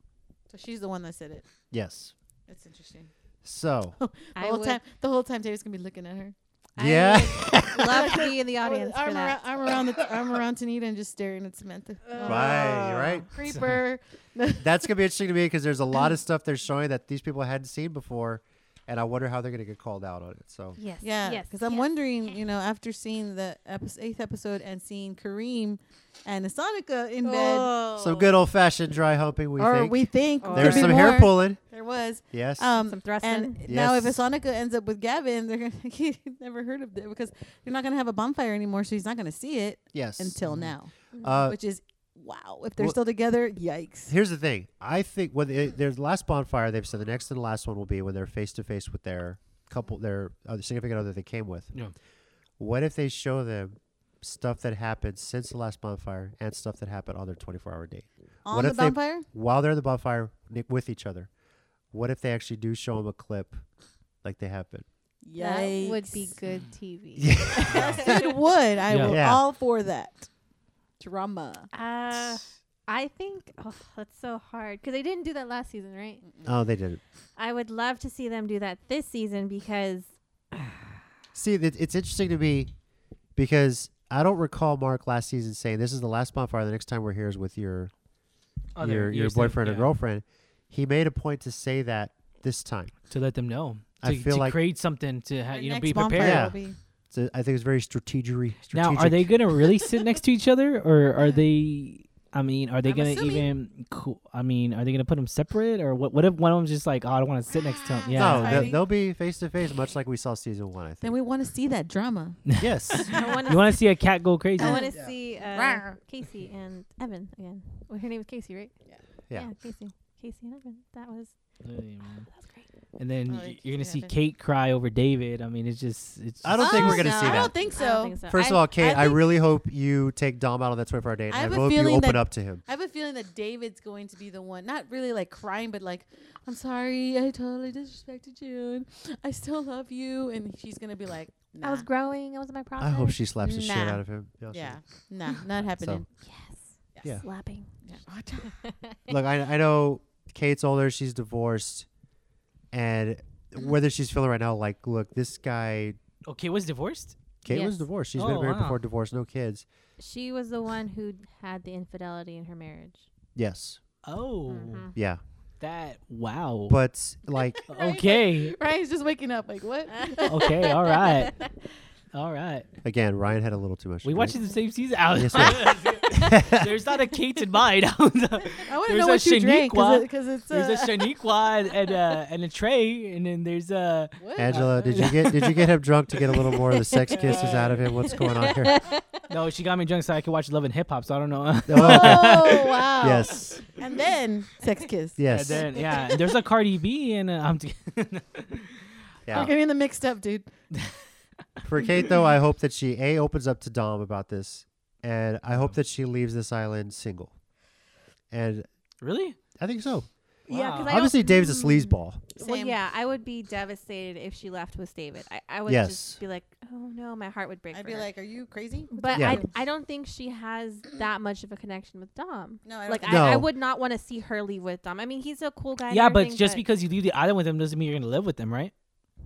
So she's the one that said it.
Yes.
That's interesting. *laughs*
So,
the
I
whole
would-
time, the whole time, Taylor's gonna be looking at her.
yeah.
Love to be in the
I was-
audience for
I'm,
that.
Around, I'm around the, I'm around Tanita and just staring at Samantha.
*laughs*
Oh.
Right,
*laughs*
right. So-
Creeper.
That's gonna be interesting to me because there's a lot of stuff they're showing that these people hadn't seen before, and I wonder how they're gonna get called out on it. So
Yes.
Yeah.
Yes,
Because I'm wondering, you know, after seeing the epis eighth episode and seeing Kareem and Asonica
Oh.
in bed,
some good old fashioned dry humping. We
or
think
we think there
there's
could be
some hair
more.
pulling.
There was.
Yes.
Um,
Oh. Some
And
thrusting.
now if
Yes.
Asonica ends up with Gavin, they're gonna *laughs* he never heard of it because they're not gonna have a bonfire anymore, so he's not gonna see it.
Yes.
Until
Mhm.
now,
Uh,
which is wow. If they're
well-
still together, yikes.
Here's the thing. I think when they, there's last bonfire, they've said the next and the last one will be when they're face to face with their couple, their other significant other they came with.
Yeah.
What if they show them stuff that happened since the last bonfire and stuff that happened on their 24 hour date?
On
what
the
if they-
bonfire?
while they're in the bonfire ni- with each other. What if they actually do show them a clip like they have been?
That would be good TV.
yes, it would. I
Yeah.
will
Yeah.
all for that. Drama.
Uh, I think oh, that's so hard because they didn't do that last season, right?
Oh, they didn't.
I would love to see them do that this season because
See, it, it's interesting to me because I don't recall Mark last season saying this is the last bonfire. The next time we're here is with your
Other-
your, your
your significant-
boyfriend or
yeah.
girlfriend. He made a point to say that this time.
to let them know. To,
I feel
to
like
create something to ha- you know
next
be
bonfire
prepared.
yeah.
be-
So I think it's very strategery.
Now,
strategic.
are they gonna really sit next to each other, or are they? I mean, are they
I'm
gonna
assuming-
even? Cool. I mean, are they gonna put them separate, or what? What if one of them's just like, oh, I don't want to sit next to
*gasps*
him? Yeah.
No,
I
they'll,
think-
they'll be face to face, much like we saw season one. I think.
Then we want to see that drama.
yes. *laughs*
I want
You
*laughs*
want to see a cat go crazy?
I want to see uh, Casey and Evan again. Well, her name is Casey, right? Yeah.
Yeah.
Casey. Casey and Evan. That was.
And then
Oh,
y-
it
you're gonna
keeps
see
happening.
Kate cry over David. I mean, it's just. It's.
I
just-
don't think we're gonna
Oh, no,
see
I
that.
don't think so.
I don't think so.
First
I-
of all, Kate, I,
think-
really hope you take Dom out on that 24 hour date. and
I have
I
a
hope you
feeling
open
that-
up to him.
I have a feeling that David's going to be the one, not really like crying, but like, I'm sorry, I totally disrespected you, and I still love you, and she's gonna be like,
I was
"Nah."
growing. I was in my process.
I hope she slaps the shit
Nah.
out of him. to be honest with
Yeah,
you.
nah, not happening.
Yes.
Yeah.
Slapping.
*laughs*
Look, I, I know Kate's older. She's divorced, and whether she's feeling right now, like, look, this guy.
Oh, Kate was divorced.
Kate
Yes.
was divorced. She's
Oh,
been married
wow.
before, divorced, no kids.
She was the one who had the infidelity in her marriage.
Yes.
Oh.
Mm-hmm.
Yeah.
That. Wow.
But like,
Okay.
*laughs* Ryan's just waking up, like, what? *laughs*
okay. All right. All right.
Again, Ryan had a little too much.
We
to *laughs*
watched
drink.
the same season. Alex.
Yes, sir.
*laughs* There's not a Kate in mine. I want
know what you drank, 'cause it- 'cause it's,
*laughs* there's
uh,
a Shaniqua and uh, and a Trey, and then there's uh, a
Angela, did you get did you get him drunk to get a little more of the sex kisses out of him? What's going on
*laughs*
here?
No, she got me drunk so I could watch Love and Hip Hop. So I don't know.
*laughs* Oh wow.
Yes.
And then sex kiss.
Yes.
*laughs* And then, yeah, and there's a Cardi B, and uh, I'm.
You're getting the mixed up, dude.
For Kate though, I hope that she a opens up to Dom about this, and I hope that she leaves this island single. And
*laughs* really,
I think so.
Yeah, 'cause I don't-
obviously Dave's a sleazeball.
Well, yeah, I would be devastated if she left with David. I, I would
Yes.
just be like, oh no, my heart would break.
I'd
for
be
her.
like, "Are you crazy?" What's
But
going
I,
on?"
I don't think she has that much of a connection with Dom.
No, I don't
like
think
I, I
No.
would not want to see her leave with Dom. I mean, he's a cool guy. and
yeah, but
everything,
just because you leave the island with them doesn't mean you're gonna live with them, right?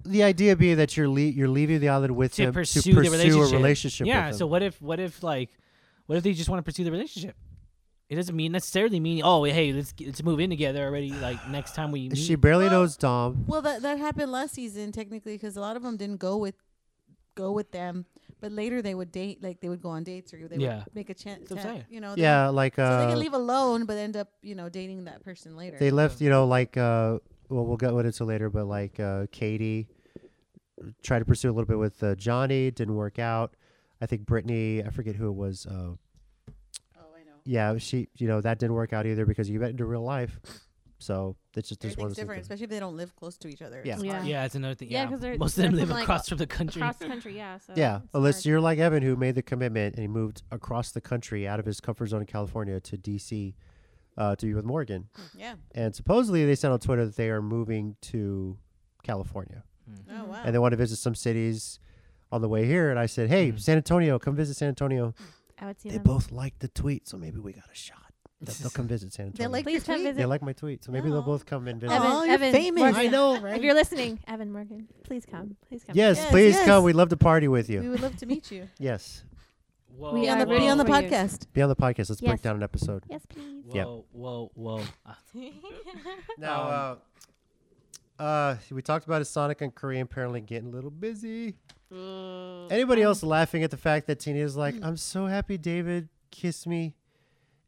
The idea being that you're le- you're leaving the island with
To
him
pursue,
to pursue
the relationship.
a relationship.
Yeah.
with him.
So what if what if like what if they just want to pursue the relationship? It doesn't mean necessarily mean oh hey let's get- let's move in together already like next time we meet.
she barely knows Dom.
Well, that that happened last season technically because a lot of them didn't go with go with them, but later they would date, like they would go on dates or they
Yeah.
would make a chance.
That's what I'm saying.
You know.
Yeah, like,
so they
uh,
can leave alone, but end up you know dating that person later.
They left, you know, like uh well we'll go into later, but like uh Katie tried to pursue a little bit with uh, Johnny, didn't work out. I think Brittany, I forget who it was, uh Oh, I know. Yeah, she you know, that didn't work out either because you got into real life. So it's just there's one of
Everything's
those
different,
things.
especially if they don't live close to each other.
Yeah.
It's
Yeah.
hard.
Yeah, it's another thing.
Yeah,
Yeah,
'cause they're-
most of
they're
them live
from, like,
across from the country.
Across country, yeah. So
yeah,
uh, it's
unless
hard.
you're like Evan, who made the commitment and he moved across the country out of his comfort zone in California to DC uh, to be with Morgan.
Yeah.
And supposedly they said on Twitter that they are moving to California.
Oh, wow.
And they want to visit some cities on the way here. And I said, hey, San Antonio, come visit San Antonio.
I would see
they
them.
both liked the tweet, so maybe we got a shot. They'll, they'll come visit San
They
Antonio.
like your Please come tweet? visit.
They like my tweet, so maybe
Oh.
they'll both come and visit.
Evan,
you're
Evan
famous.
Morgan,
I know, right?
If you're listening, Evan Morgan, please come. Please come.
Yes, please
yes.
come. We'd love to party with
We
you.
would love to meet you.
yes.
Whoa,
Be on the, be
whoa.
on the podcast.
Be on the podcast. Let's
Yes.
break down an episode.
Yes, please.
Yeah.
Whoa, whoa, whoa. Ah.
Now, uh, uh, we talked about Sonic and Korean apparently getting a little busy.
Oh,
Anybody else laughing at the fact that Tina is
Mm.
like, "I'm so happy David kissed me,"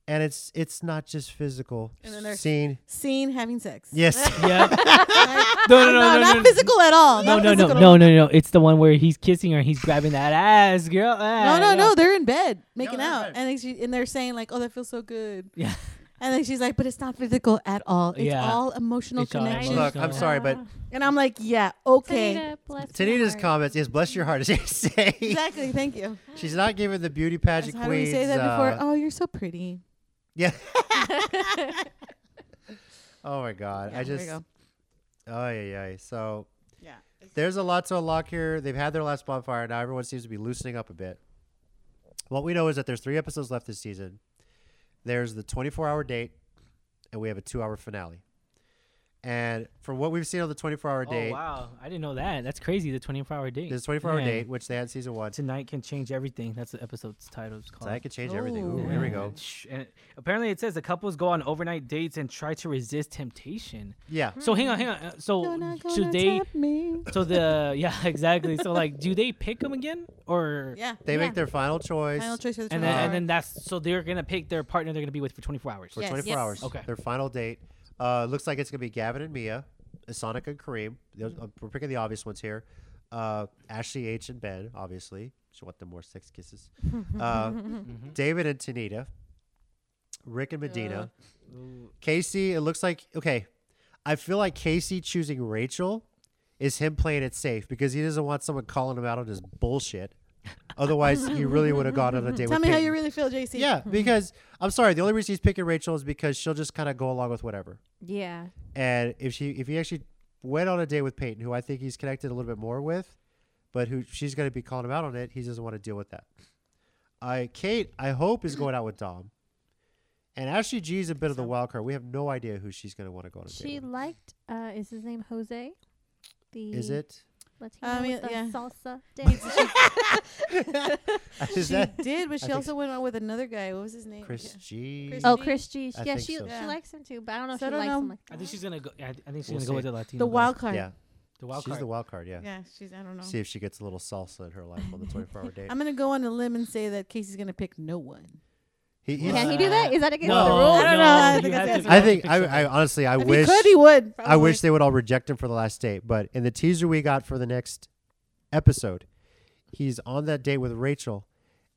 and it's it's not just physical.
And then there's *laughs*
Scene.
Seen having sex.
Yes.
Yeah.
Like,
No, no, no, no,
not
no, no.
physical at all.
No,
not
no, no,
physical at
no, no,
all.
no. It's the one where he's kissing her. He's grabbing that ass, girl.
No,
Ah,
no,
yeah.
no. They're in bed making out, and then she, and they're saying like, "Oh, that feels so good."
Yeah.
And then she's like, "But it's not physical at all. It's
Yeah.
all emotional
It's all
connection."
Look, I'm sorry, but
And I'm like, "Yeah, okay,
Tanita's comments is bless your heart as you *laughs* say.
*laughs* exactly. Thank
*laughs*
you."
She's not giving the beauty pageant
How do
queens.
we say that
uh,
before? Oh, you're so pretty. *laughs*
Yeah. oh my god.
Yeah,
I
there you
just
go.
Oh yeah, yeah. So
Yeah.
There's a lot to unlock here. They've had their last bonfire. Now everyone seems to be loosening up a bit. What we know is that there's three episodes left this season. There's the 24 hour date, and we have a two hour finale. And from what we've seen on the 24 hour
Oh
date,
wow, I didn't know that. That's crazy. The 24 hour date.
There's a 24 hour
Man.
date, which they had in season one.
Tonight can change everything. That's the episode's title. It's called.
Tonight can change everything. Ooh, here we go.
And sh- and apparently, it says the couples go on overnight dates and try to resist temptation.
Yeah.
Mm-hmm.
So hang on, hang on. Uh, So should they? So the *laughs* yeah, exactly. So like, do they pick them again or?
Yeah.
They make their final choice.
Final choice for the
and then,
24
and then that's so they're gonna pick their partner they're gonna be with for 24 hours.
for 24 hours.
Okay.
Their final date. Uh, looks like it's gonna be Gavin and Mia, Sonic and Kareem. Those-
Mm-hmm.
uh, We're picking the obvious ones here. Uh, Ashley H and Ben, obviously. She want the more sex
*laughs*
kisses. Uh,
Mm-hmm.
Mhm.
David and Tanita. Rick and Medina.
Yeah. Uh, Ooh.
Casey. It looks like okay. I feel like Casey choosing Rachel is him playing it safe because he doesn't want someone calling him out on his
*laughs*
bullshit. Otherwise, he really would have gone on a date.
Tell
with
me how
Peyton.
you really feel, JC.
Yeah, because I'm sorry, the only reason he's picking Rachel is because she'll just kind of go along with whatever.
Yeah.
And if she if he actually went on a date with Peyton, who I think he's connected a little bit more with, but who she's going to be calling him out on it, he doesn't want to deal with that. I Kate, I hope is going out with Dom. And Ashley G is a bit of the wild card. We have no idea who she's going to want to go on a date.
She liked. Uh, is his name Jose? The
Is it? *laughs*
Latino
Um,
with
yeah,
the
yeah. *laughs*
salsa dance.
Is
*laughs* she
that-
did, but
I
she
think
also went on with another guy. What was his name?
Chris
Yeah.
G.
oh, Chris G.
I
yeah,
think
she
so.
she likes him too, but I don't know if
So I
she
don't
likes
know.
him like.
I think she's gonna go. I, I think she's
We'll
gonna go with
see.
the Latino.
The
guy.
wild card.
Yeah.
The wild
she's
card.
the wild card, yeah.
Yeah, she's- I don't know.
See if she gets a little salsa in her life on the 24 hour date.
I'm gonna go on a limb and say that Casey's gonna pick no one.
He-
Can
he's-
he do that? Is that against
No,
the rules? I don't
no,
know. I think
you
that's
have
against
to-
the
I
rules.
think I, I honestly I
If he
wish
could, he would,
I
probably.
wish they would all reject him for the last date. But in the teaser we got for the next episode, he's on that date with Rachel,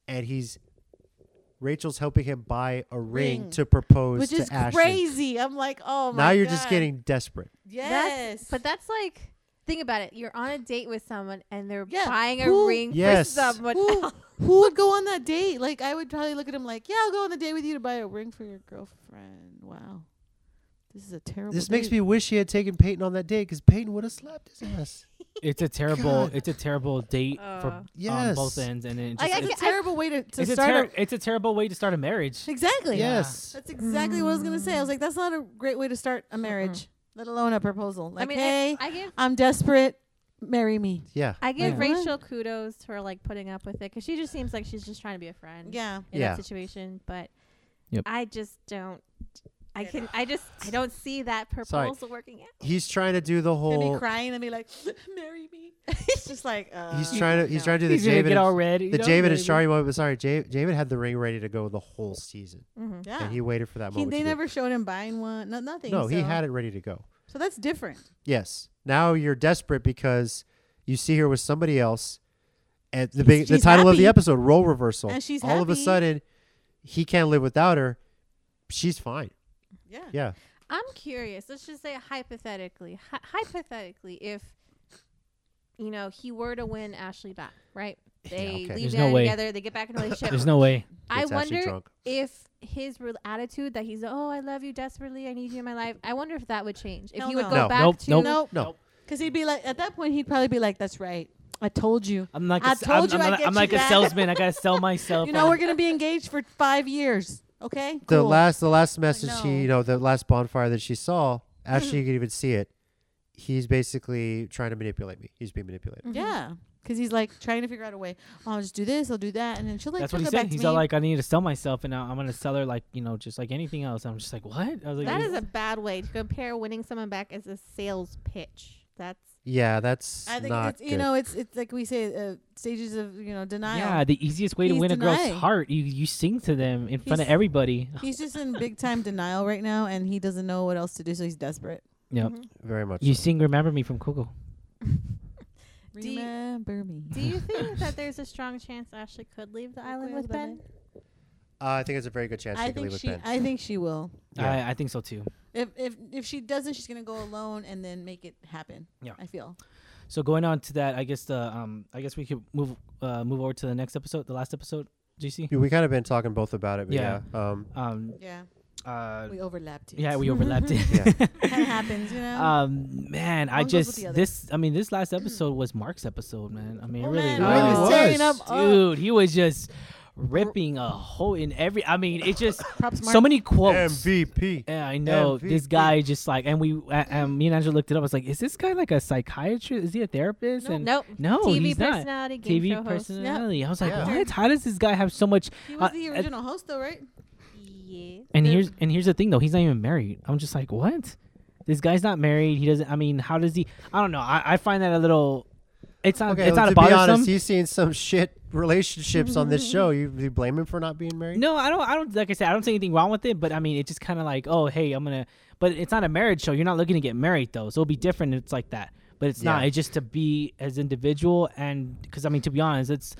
and he's Rachel's helping him buy a ring,
Ring.
to propose
Which
to
is
Ashley.
crazy. I'm like, oh my.
now you're just
God.
getting desperate.
Yes. but that's like, think about it. You're on a date with someone and they're
Yeah,
buying a
who-
ring
Yes.
for someone
Who,
else.
who would go on that date? Like, I would probably look at him like, yeah, I'll go on the date with you to buy a ring for your girlfriend. Wow. This is a terrible.
This makes
date.
me wish he had taken Peyton on that date because Peyton would have slapped his ass.
It's a terrible.
God.
It's a terrible date for
Uh,
on
Yes.
both ends, and it just,
Like, I
it's,
get- terrible way to- to
it's
start
A ter- it's a terrible way to start a
*laughs*
marriage.
Exactly.
Yeah.
That's exactly what I was gonna say. I was like, that's not a great way to start a marriage, let alone a proposal. Like,
mean, I-
hey,
I give-
I'm desperate. Marry me.
Yeah.
I give
Like, what?
Rachel kudos for like putting up with it because she just seems like she's just trying to be a friend.
Yeah.
in
Yeah.
that situation, but
Yep.
I just don't. I can. I just. I don't see that
Sorry.
proposal working out.
He's trying to do the
And be
whole.
crying and be like, *laughs* marry me. *laughs* It's just like uh,
He's trying to. He's trying to do the
He's gonna
Javid.
get
and-
all red, you
The
know,
Javid and
maybe.
Shari moment. But sorry, Ja- Javid had the ring ready to go the whole season.
Mhm. Yeah.
And he waited for that
He,
moment.
they
to go.
never showed him buying one. No, nothing.
No, he
so-
had it ready to go.
So that's different.
Yes. Now you're desperate because you see her with somebody else, and the big the
she's
title of the
happy.
episode role reversal.
And she's
all of a
happy.
sudden, he can't live without her. She's fine.
Yeah.
Yeah.
I'm curious. Let's just say hypothetically, hy- hypothetically, if you know he were to win Ashley back, right? They
okay.
leave
There's no
there
way.
together. They get back in a relationship.
There's no way.
I
Gets Ashley
wonder
drunk.
if his real attitude that he's oh I love you desperately I need you in my life. I wonder if that would change. If
Hell
he would
no.
go
No,
back
nope,
to
nope,
Nope.
nope.
Because he'd be like, at that point, he'd probably be like, that's right. I told you.
I'm like
I
a s-
told
I'm,
you
I'm,
I'd
like-
get
I'm
you
like a
back.
salesman. I gotta
*laughs*
sell myself.
You know,
on-
we're going to be engaged for five years. Okay?
The
Cool.
last the last message
no.
she you know the last bonfire that she
*clears throat*
saw Ashley you could even see it. He's basically trying to manipulate me. He's being manipulated.
Mm-hmm.
Yeah. Because he's like trying to figure out a way. Oh, I'll just do this. I'll do that. And then she'll like,
That's
she'll
what he
go
said.
back to
He's
me.
all like, "I need to sell myself, and now I'm gonna sell her like you know, just like anything else." I'm just like, "What?" I was like,
That
"This-
is a bad way to compare winning someone back as a sales pitch. That's
Yeah, that's
I think
not
it's, you
good.
know, it's it's like we say, uh, stages of, you know, denial.
Yeah, the easiest way to
He's
win a
denying.
girl's heart, you you sing to them in front of
He's-
everybody.
He's just in big time denial right now, and he doesn't know what else to do, so he's desperate.
Yep.
Mm-hmm.
Very much.
You sing "Remember Me" from Coco.
Do you-
Remember me.
Do you *laughs* think that there's a strong chance Ashley could leave the island with Ben?
Uh, I think it's a very good chance
I
she can
think
leave with
she-
Ben.
I think she will.
Yeah.
I, I think so too.
If if if she doesn't, she's gonna go alone and then make it happen.
Yeah.
I feel.
So going on to that, I guess the um, I guess we could move uh move over to the next episode, the last episode. GC.
Yeah, we kind of been talking both about it. But yeah.
Yeah. *laughs*
Um,
Um.
Yeah.
Uh,
We overlapped it.
Yeah,
*laughs*
we overlapped it.
Yeah.
*laughs*
Kinda happens, you know?
Um, man, I
One goes with
just
the other. Oh,
this. I mean, this last episode was Mark's episode, man. I mean, it really,
man,
was.
Mark was Really tearing was. up- up.
dude. He was just ripping a hole in every. I mean, it
*coughs*
just so
Mark.
many *laughs* quotes.
MVP.
Yeah, I know this
MVP.
guy just like, and we, uh, and me and Angela looked it up. I was like, is this guy like a psychiatrist? Is he a therapist?
Nope.
And
Nope.
no,
TV
he's not.
personality, game
TV
show host. Yep.
personality. I was like,
Yeah.
what? How does this guy have so much?
He
uh,
was the
uh,
original host, though, right?
Yeah.
and here's and here's the thing though, he's not even married. I'm just like, what? This guy's not married. He doesn't. I mean, how does he? I don't know. I, I find that a little. It's not.
Okay,
it's not
to
a
be
bothersome.
honest, he's seen some shit relationships on this
*laughs*
show. You, you blame him for not being married?
no, I don't. I don't. Like I said, I don't see anything wrong with it. But I mean, it's just kind of like, oh, hey, I'm gonna. But it's not a marriage show. You're not looking to get married though, so it'll be different. if It's like that. But it's not.
Yeah.
It's just to be as individual and because I mean, to be honest, it's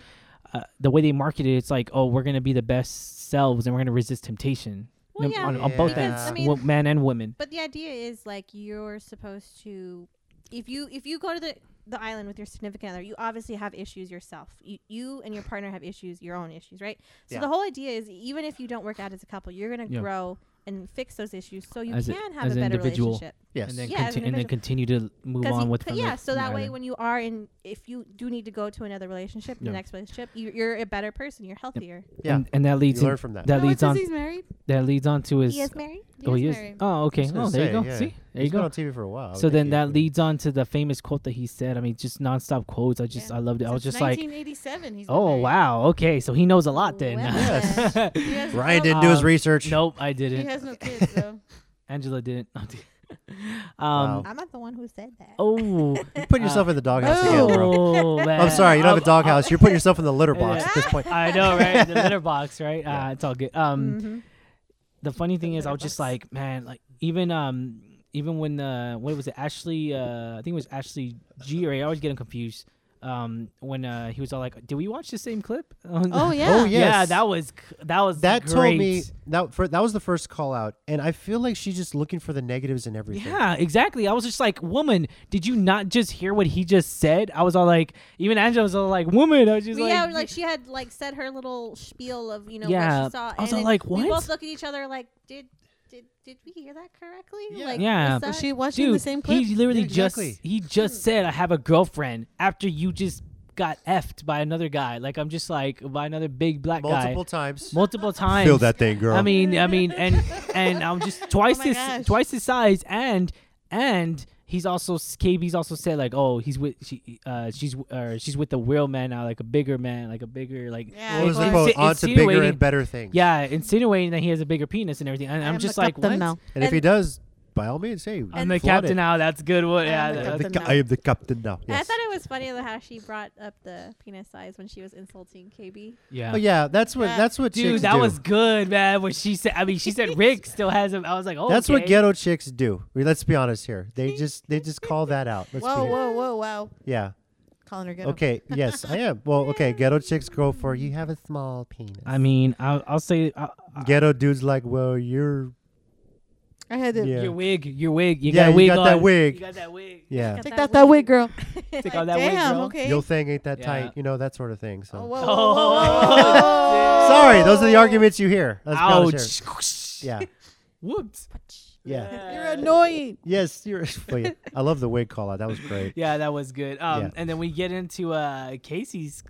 uh, the way they market it. It's like, oh, we're gonna be the best selves and we're gonna resist temptation.
Well,
No,
yeah,
on, on both
because,
ends,
I mean-
wo- man and woman.
But the idea is like you're supposed to, if you if you go to the the island with your significant other, you obviously have issues yourself. You you and your partner have issues, your own issues, right? So
Yeah.
the whole idea is even if you don't work out as a couple, you're gonna
Yeah.
grow and fix those issues so you
As a-
can have
as
a
an
better
individual.
relationship.
Yes. And then
yeah, as an
conti- and then
individual.
continue to move
'Cause
on
you
with
c-
from
yeah.
the-
So
from the
that way,
island.
when you are in, if you do need to go to another relationship,
Yeah.
the next relationship, you, you're a better person. You're healthier.
Yeah.
And, and that leads
You
in-
learn from that.
That
No, it
leads
says
on.
he's
married.
That leads on to his.
He is married. He
oh,
is
he is.
married.
Oh,
I
okay.
was gonna
Oh, there
say,
you go.
yeah.
See, there
He's
you go.
been on TV for a while. I
So
think
then
he-
that leads on to the famous quote that he said. I mean, just nonstop quotes. I just, I loved it. I was just like,
1987. He's
oh wow, okay. So he knows a lot then. *laughs*
Yes. He has-
Um,
Ryan didn't do his research.
Nope, I didn't.
He has no kids, though.
*laughs*
Angela didn't. *laughs* Um,
I'm not the one who said that.
*laughs*
Oh,
You put yourself in the doghouse again, bro.
Oh,
I'm
man.
sorry, you
*laughs*
don't have a
I'll- I'll-
doghouse. You're putting yourself in the
*laughs*
litter box at this point.
I know, right? The litter
*laughs*
box, right? Uh, it's all good. Um,
Mhm.
The funny thing is, I was just like, man, like even um, even when uh, what was it, Ashley? Uh, I think it was Ashley G. Or I always get him confused. Um, when uh, he was all like, "Did we watch the same clip?" *laughs*
Oh, yeah. Oh,
yeah.
yes.
That was c- that was
that told me
great.
that for, that was the first call out, and I feel like she's just looking for the negatives in everything.
Yeah, exactly. I was just like, woman, did you not just hear what he just said? I was all like, even Angela was all like, woman. I was just
Well,
like,
yeah, like she had like said her little spiel of you know what
Yeah,
she saw.
I was
and
all
then
like,
We
what?
both look at each other like, did did did we hear that correctly? Like,
yeah,
was that-
Dude, He literally just he just said, "I have a girlfriend." After you just got effed by another guy, like I'm just like by another big black
*laughs*
guy,
Multiple times.
multiple times.
Feel that thing, girl.
I mean, I mean, and and
*laughs*
I'm just twice
Oh my
his
gosh.
twice his size, and and he's also KB's also said like, oh, he's with she uh she's or she's with a real man now, like a bigger man, like a bigger like.
Yeah, What was the
insi-
quote? On to bigger and
insinuating-
better things.
Yeah, insinuating that he has a bigger penis and everything, and I'm
I'm
just
the
like,
captain
what?
now. And if he does, by all means, hey,
I'm the
flood
captain
it.
now. That's good. What?
I
Yeah,
am
that's
the ca- I am the captain now.
I
Yes.
thought it was funny that how she brought up the penis size when she was insulting KB.
Yeah.
Oh, yeah, that's what- that's what
Dude,
chicks
that
do.
was good, man. What she said. I mean, she
*laughs*
said Rick still has him. I was like, oh,
That's what ghetto chicks do. I mean, let's be honest here. *laughs* They just they just call that out. Let's
Whoa,
be
whoa, whoa, wow.
Yeah.
Calling her ghetto.
Okay. Yes, I am. Well, *laughs* okay. Ghetto chicks go for you have a small penis.
I mean, I'll, I'll say I,
ghetto dudes like, well, you're
I had to.
Yeah.
your wig, your wig. You
yeah,
got a
you
wig
got that
on.
wig.
You got that wig.
Yeah.
Take out that wig, girl.
Take out Oh, that wig,
Damn,
girl.
okay.
Your thing ain't that
Yeah.
tight, you know that sort of thing. So.
*laughs*
whoa,
whoa, whoa,
Sorry, those are the arguments you hear. Let's be honest here.
Ouch.
Yeah.
Whoops.
Yeah.
You're annoying.
Yes, you're. well, yeah, I love the wig call out. That was great.
Yeah, that was good. Um,
Yeah.
and then we get into uh Casey's.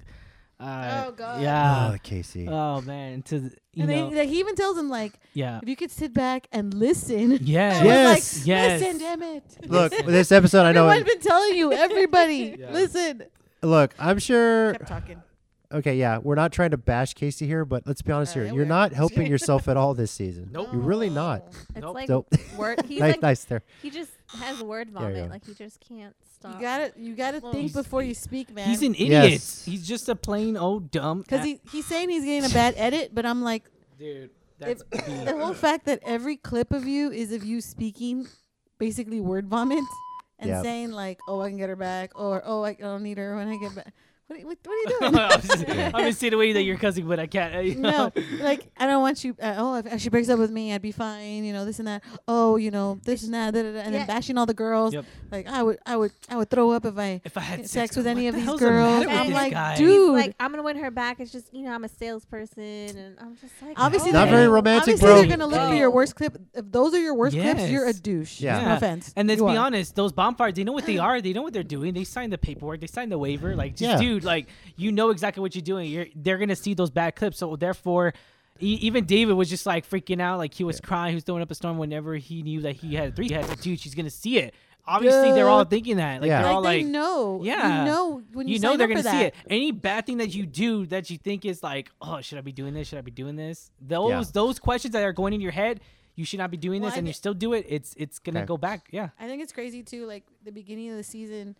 Uh,
Oh, God.
Yeah.
Oh, Casey.
Oh man. To the, you
and
know.
they, like, he even tells him like, *laughs*
Yeah.
if you could sit back and listen. *laughs*
Yes.
I was
Yes.
Like,
Yes.
Listen, damn it. *laughs*
Look, with this episode,
*laughs*
I know.
Everyone's been telling you, everybody, listen.
Look, I'm sure.
Kept talking.
Okay, yeah, we're not trying to bash Casey here, but let's be
Uh,
honest here. You're not
*laughs*
helping yourself at all this season.
Nope.
You're really not.
It's like
Nope.
word.
*laughs*
He's
nice,
like,
nice there.
He just has word
There you
vomit.
go.
Like he just can't stop.
You gotta, you gotta think before you speak, man.
He's an
Yes.
idiot. He's just a plain old dumb.
Because
a-
he, he's saying he's getting
*laughs*
a bad edit, but I'm like,
Dude,
if- *laughs* the
*laughs*
whole fact that every clip of you is of you speaking basically word vomit and
Yep.
saying, like, oh, I can get her back, or oh, I don't need her when I get back. What, are- what, what are you
*laughs*
doing?
I'm
*laughs*
just, I'm just seeing the way that you're cussing, but I
*laughs*
can't.
no, like I don't want you. Uh, oh, if, if she breaks up with me, I'd be fine. You know this and that. Oh, you know this and that. Da, da, da, and
Yeah.
then bashing all the girls.
Yep.
Like I would, I would, I would throw up if I
if I had
sex,
sex,
with
what
any of
the
these
hell's the matter
girls.
with
I'm
this
like,
guy?
dude,
He's like I'm gonna win her back. It's just you know I'm a salesperson and I'm just like
obviously
oh.
Not
they're
very
gonna-
romantic,
obviously
bro.
They're gonna look for your
No.
worst clip. If those are your worst clips, you're a
Oh. Yes.
douche.
Yeah.
No offense.
And let's
You
be
are.
honest, those bonfires, they know what
*sighs*
they are. They know what they're doing. They signed the paperwork. They signed the waiver. Like, just,
Yeah.
dude, like, you know exactly what you're doing. You're They're going to see those bad clips. So, therefore, e- even David was just like freaking out. Like, he was crying. He was throwing up a storm whenever he knew that he had three heads. Dude, she's going to see it. Obviously, they're all
Dude.
thinking that. Like,
Yeah.
they're all
Like,
like,
they know. You
Yeah.
know when you
know
sign
they're
up for
gonna see
that.
it. Any bad thing that you do that you think is like, oh, should I be doing this? Should I be doing this? Those those questions that are going in your head, you should not be doing
Well,
this,
I
and you
thi-
still do it. It's it's gonna
Okay.
go back. Yeah.
I think it's crazy too. Like the beginning of the season,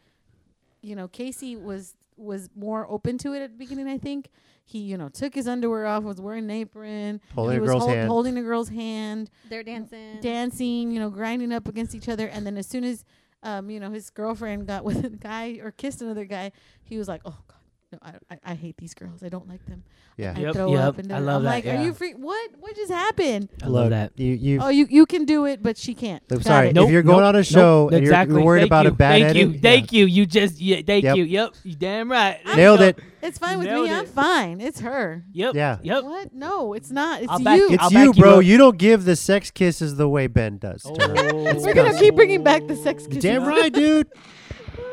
you know, Casey was was more open to it at the beginning. I think he, you know, took his underwear off, was wearing an apron,
Holding
he
a
was
girl's hand.
holding the girl's hand,
They're dancing.
dancing, you know, grinding up against each other. And then as soon as, um, you know, his girlfriend got with a guy or kissed another guy, he was like, oh god. No, I, I I hate these girls. I don't like them. I-
Yeah.
I,
Yep,
throw
yep.
up and
I
da-
love
I'm
that,
like, are
yeah.
you free? What? What just happened?
I love
Look,
that.
You, you.
oh, you you can do it, but she can't.
I'm
Got
sorry.
it.
If you're going on a show and you're- you're worried
Thank
about a
you,
bad
thank you,
edit,
thank you. You just yeah, thank
Yep.
you. Yep, you damn right. There you
Nailed
go.
it.
It's fine with
Nailed
me. I'm
it.
fine. It's her.
Yep.
Yeah.
Yep.
What? No, it's not. It's
I'll back
you.
it.
It's
I'll
you,
back you
bro.
up.
You, don't give the sex kisses the way Ben does.
Oh.
to her.
*laughs*
*laughs* We're gonna keep bringing back the sex kisses. *laughs*
Damn right, dude.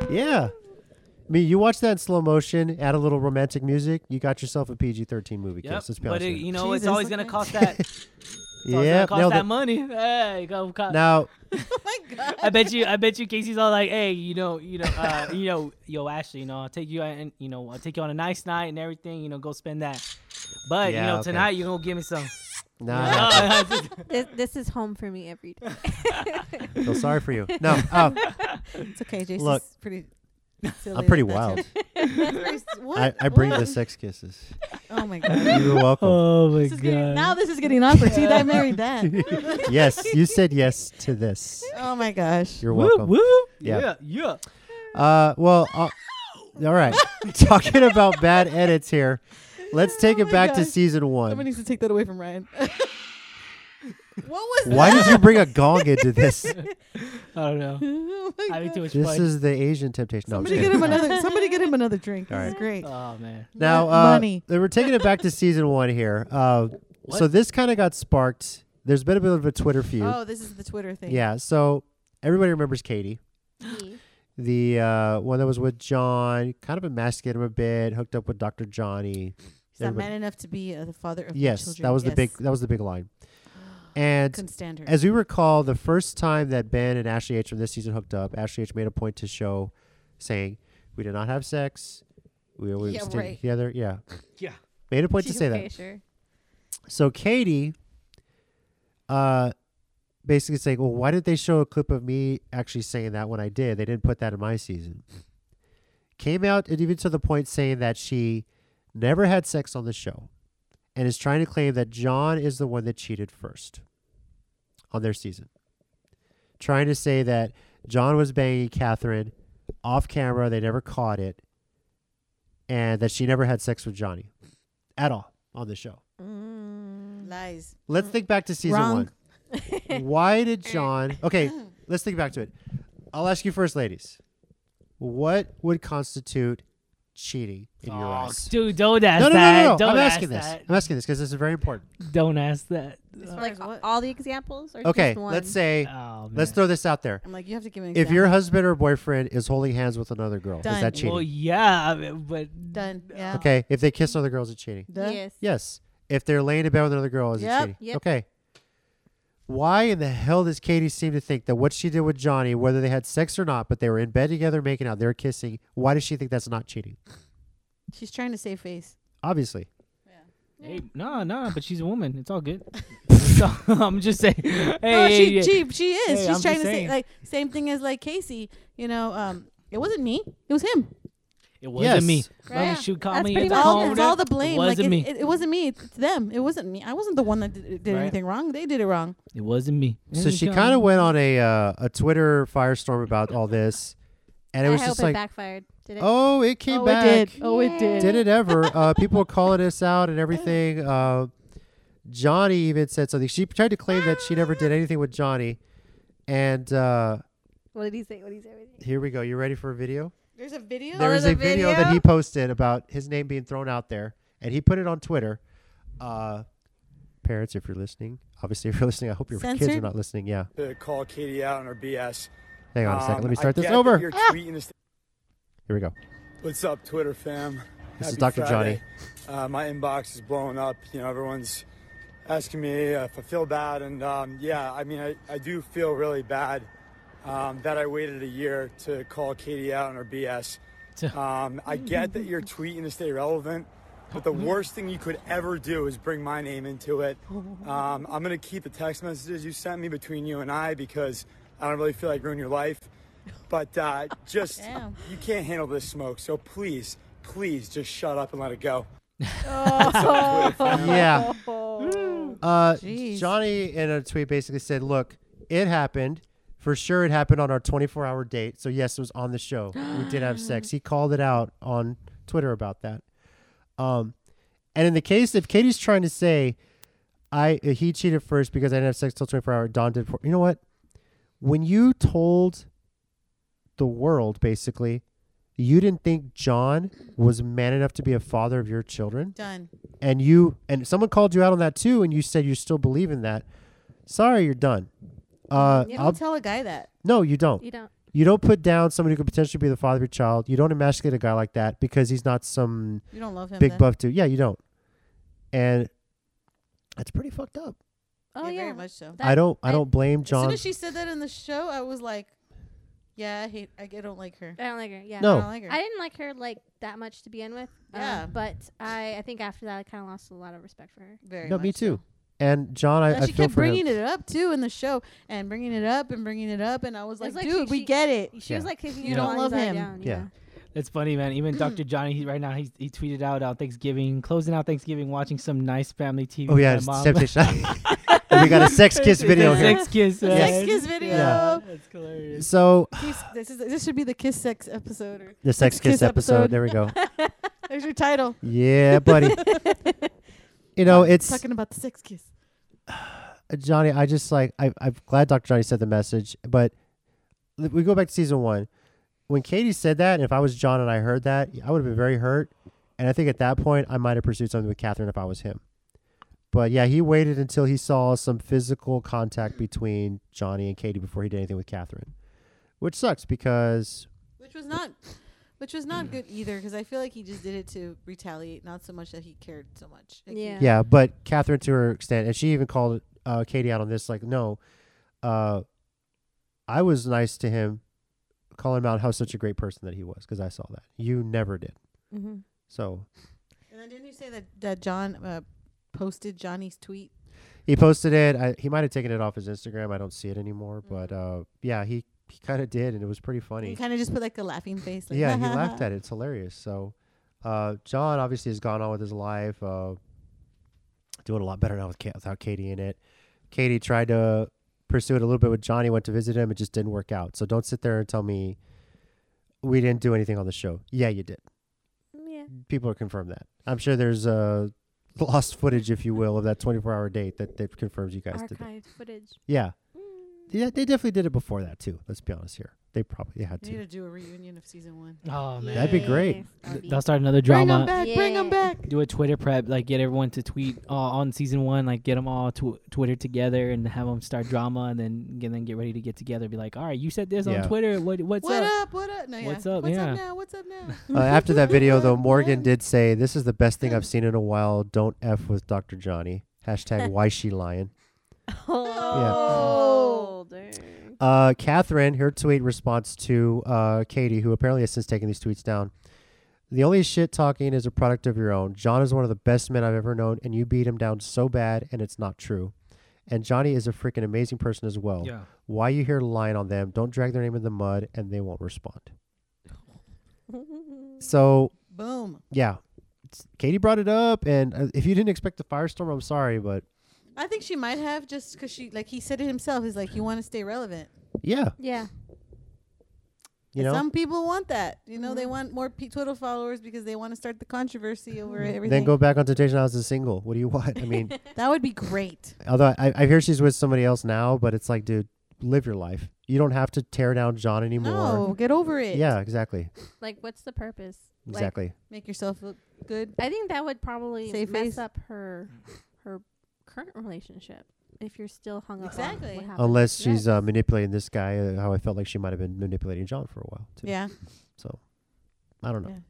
Yeah. I mean, you watch that in slow motion, add a little romantic music, you got yourself a PG 13 movie
Yep.
kiss. Let's be
But
honest.
it,
here.
you know, it's
Jesus,
always gonna
okay.
cost
*laughs*
that. It's always
Yep,
gonna
nailed
cost that
it.
money. Hey, go cost.
Now,
Oh
I bet you, I bet you, Casey's all like, "Hey, you know, you know, uh, you know, yo, Ashley, you know, I'll take you out and you know, I'll take you on a nice night and everything, you know, go spend that. But you
Yeah,
know,
okay.
tonight you're gonna give me some.
Nah.
*laughs*
this, this is home for me every day.
*laughs*
Feel sorry for you. No, um,
it's okay. Jason's
look,
pretty. silly
I'm pretty
like
wild.
that, *laughs* too. What?
I, I bring the
What?
sex kisses.
Oh my god.
You're welcome.
Oh my
*laughs* This is getting- now this is getting awkward. See, I
*laughs*
married that.
yes, you said yes to this.
Oh my gosh.
You're
Whoop,
welcome.
whoop.
Yeah.
Yeah,
Uh, well, uh, all
*laughs*
right. *laughs* Talking about bad edits here. Let's take
Oh
it
my
back to
gosh.
season one.
Somebody needs to take that away from Ryan. *laughs* what was
Why
that?
did
*laughs*
you bring a gong into this?
I don't know. Having too much
This
fun.
is the Asian temptation. No, I'm
Oh Somebody
just *laughs*
get
kidding.
him another. Somebody get him another drink.
All
This is
right.
great.
Oh man.
Now,
Mon-
uh,
money.
they were taking it back to season one here. Uh, so this kind of got sparked. There's been a bit of a Twitter feud.
Oh, this is the Twitter thing.
Yeah. So everybody remembers Katie,
E
the uh, one that was with John, kind of emasculated him a bit, hooked up with Dr. Johnny.
He's not
Everybody-
man enough to be uh, the father of my
yes,
children.
that was the
Yes.
big that was the big
*gasps*
line. And
Couldn't stand her.
as we recall, the first time that Ben and Ashley H from this season hooked up, Ashley H made a point to show, saying, "We did not have sex. We always
Yeah,
stayed
right.
together." Yeah.
Yeah.
Made a
*laughs*
point to say
Okay,
that.
sure.
So Katie, uh, basically saying, "Well, why did they show a clip of me actually saying that when I did? They didn't put that in my season." Came out and even to the point saying that she never had sex on the show, and is trying to claim that John is the one that cheated first on their season, trying to say that John was banging Catherine off camera. They never caught it, and that she never had sex with Johnny at all on the show.
Mm. Lies.
Let's think back to season
Wrong.
*laughs*
one. Why did John? Okay, let's think back to it. I'll ask you first, ladies. What would constitute cheating in your eyes?
Dude, don't ask
no, no,
that.
No, no, no.
Don't
I'm
ask
asking
that.
this. I'm asking this because this is very important.
Don't ask that.
Like a- all the examples? Or
Okay,
just one?
let's say,
Oh,
let's
man.
throw this out there.
I'm like, you have to give me an
If your
example.
husband or boyfriend is holding hands with another girl, is that cheating?
Well, yeah, I mean, but
done. Yeah.
okay, if they kiss another girl, is it cheating?
Done. Yes.
Yes. If they're laying in bed with another girl, is
Yep.
it cheating?
Yep.
Okay. Why in the hell does Katie seem to think that what she did with Johnny, whether they had sex or not, but they were in bed together making out, they were kissing, why does she think that's not cheating?
She's trying to save face.
Obviously.
Hey, no, no, but she's a woman. It's all good. *laughs* So, I'm just saying. Hey,
no,
hey,
she,
yeah.
she she is.
Hey,
She's
I'm just
trying to say
saying.
like same thing as like Casey. You know, um, it wasn't me. It was him.
It wasn't me.
Right.
Mommy, she called
That's
me.
pretty
and
much
told
all,
me
it's
that
all the blame.
It wasn't
like,
me.
It, it, it wasn't me. It's it's them. It wasn't me. I wasn't the one that did, did
Right.
anything wrong. They did it wrong.
It wasn't me.
So she kind of went on a uh, a Twitter firestorm about all this, and it
I
was
hope
just
it
like,
backfired. Did it?
oh, it came
Oh, it
back.
did. Oh, it did.
Did it ever? uh, people were calling us out and everything. Uh, Johnny even said something. She tried to claim that she never did anything with Johnny, and uh,
What did he say? What did he say? What did he
Here we go. You ready for a video?
There's a video.
There is a video that he posted about his name being thrown out there, and he put it on Twitter. Uh, parents, if you're listening, obviously, *laughs* if you're listening, I hope your kids are
Censored?
not listening. Yeah.
to call Katie out on her BS.
Hang on a second. Let
Um,
me start
I
this
get that
over. Ah!
You're tweeting this.
Here we go.
What's up, Twitter fam?
This is
Happy
Dr.
Friday. Uh, my inbox is blowing up. You know, everyone's asking me if I feel bad, and um, yeah, I mean, I, I do feel really bad um, that I waited a year to call Katie out on her BS. Um, I get that you're tweeting to stay relevant, but the worst thing you could ever do is bring my name into it. Um, I'm gonna keep the text messages you sent me between you and I because I don't really feel like ruining your life. But uh, just you can't handle this smoke, so please, please just shut up and let it go. What's up, Twitter fam?
yeah. *laughs* Uh, Johnny in a tweet basically said, "Look, it happened. For sure, it happened on our 24-hour date. So yes, it was on the show. we did have sex. He called it out on Twitter about that. Um, and in the case if Katie's trying to say, I uh, he cheated first because I didn't have sex till 24 hour. Don did. For, you know what? When you told the world basically." You didn't think John was man enough to be a father of your children?
Done.
and you and someone called you out on that too and you said you still believe in that sorry you're done uh
You
I'll-
don't tell a guy that.
no you don't
You don't.
you don't put down somebody who could potentially be the father of your child you don't emasculate a guy like that because he's not some
You don't love him
big
then.
buff dude yeah you don't and that's pretty fucked up
Oh yeah, very much so.
i don't i don't blame
As soon
john
as she said that in the show, I was like, "Yeah, I hate. I, I don't like her.
I don't like her. Yeah.
No.
I,
don't
like her.
didn't like her like that much to begin with. um,
Yeah.
but I, I think after that I kind of lost a lot of respect for her.
Very.
no me too And John, I,
And
I
she
feel
kept
for him.
bringing it up too in the show, and bringing it up and bringing it up, and I was like,
was like
dude,
she-
we
she-
get it.
she was, Yeah. like, kicking
you
her
don't love
blinds eye
him.
down.
Yeah.
It's funny, man.
*clears throat*
Even Dr. Johnny, he, right now, he, he tweeted out uh, Thanksgiving, closing out Thanksgiving, watching some nice family TV.
Oh,
with
yeah,
my
it's
mom. *laughs*
Temptation. *laughs* We got a sex
*laughs*
kiss video
It's a
here.
Sex kiss.
A
man.
sex
Sex kiss video.
Yeah. So-
*sighs* Kiss- this is this should be the kiss sex episode. Or
The sex kiss episode. There we go.
There's your title.
Yeah, buddy. You know, it's-
talking about the sex kiss.
Uh, Johnny, I just like I, I'm glad Dr. Johnny said the message, but l- we go back to season one. When Katie said that, and if I was John and I heard that, I would have been very hurt. And I think at that point, I might have pursued something with Catherine if I was him. But yeah, he waited until he saw some physical contact between Johnny and Katie before he did anything with Catherine, which sucks because
which was not which was not good either because i feel like he just did it to retaliate not so much that he cared so much Like, he-
yeah. but Catherine to her extent, and she even called uh, Katie out on this. Like, no, uh, I was nice to him, calling him out how such a great person that he was because I saw that you never did.
Mhm.
So
and then didn't you say that that john uh, posted johnny's tweet
he posted it. I, he might have taken it off his Instagram. I don't see it anymore, but uh, yeah, he he kind of did, and it was pretty funny.
and kind of just put like a laughing face
*laughs*
like, *laughs*
yeah, he laughed at it. It's hilarious. So, uh, John obviously has gone on with his life, uh, doing a lot better now with Ka- without Katie in it. Katie tried to pursue it a little bit with Johnny, went to visit him. It just didn't work out. So don't sit there and tell me we didn't do anything on the show. Yeah, you did.
Yeah.
People are confirmed that. I'm sure there's uh, *laughs* lost footage, if you will, of that 24 hour date that that confirms you guys did. it.
Archived footage.
Yeah. Yeah, they definitely did it before that too. Let's be honest here. They probably had
we
to.
need to do a reunion of season one.
Oh, man.
That'd be great.
They'll start another
Bring 'em
drama.
back, bring 'em back.
Do a Twitter prep, like get everyone to tweet uh, on season one, like get them all tw- Twitter together and have them start drama, and then and then get ready to get together. Be like, all right, you said this
Yeah.
on Twitter. What what's
what
up?
up? what up no yeah
What's up?
what's
Yeah.
up now what's up now
*laughs* Uh, after that video, though,
*laughs*
Morgan did say, "This is the best thing I've seen in a while." Don't f with Dr. Johnny. Hashtag Why she lying?
Oh,
Uh, Catherine, her tweet response to uh, Katie, who apparently has since taken these tweets down. The only shit talking is a product of your own. John is one of the best men I've ever known, and you beat him down so bad, and it's not true. And Johnny is a freaking amazing person as well.
Yeah.
Why you here lying on them? Don't drag their name in the mud, and they won't respond. So
Boom.
Yeah, It's- Katie brought it up, and uh, if you didn't expect the firestorm, I'm sorry, but
i think she might have just because she like he said it himself he's like you want to stay relevant
yeah,
yeah
you know.
Some people want that. You know, they want more p- Twitter followers because they want to start the controversy over everything.
Then go back on Temptation Island as a single. What do you want? I mean,
That would be great.
although I, I hear she's with somebody else now, but it's like, dude, live your life. You don't have to tear down John anymore.
No, get over it.
Yeah, exactly.
Like, what's the purpose? Like,
Exactly.
Make yourself look good.
I think that would probably
Save
mess
face.
up her her current relationship if you're still hung up
Exactly.
on what happened.
Unless she's uh, manipulating this guy, uh, how I felt like she might have been manipulating John for a while. Too.
Yeah.
So, I don't know.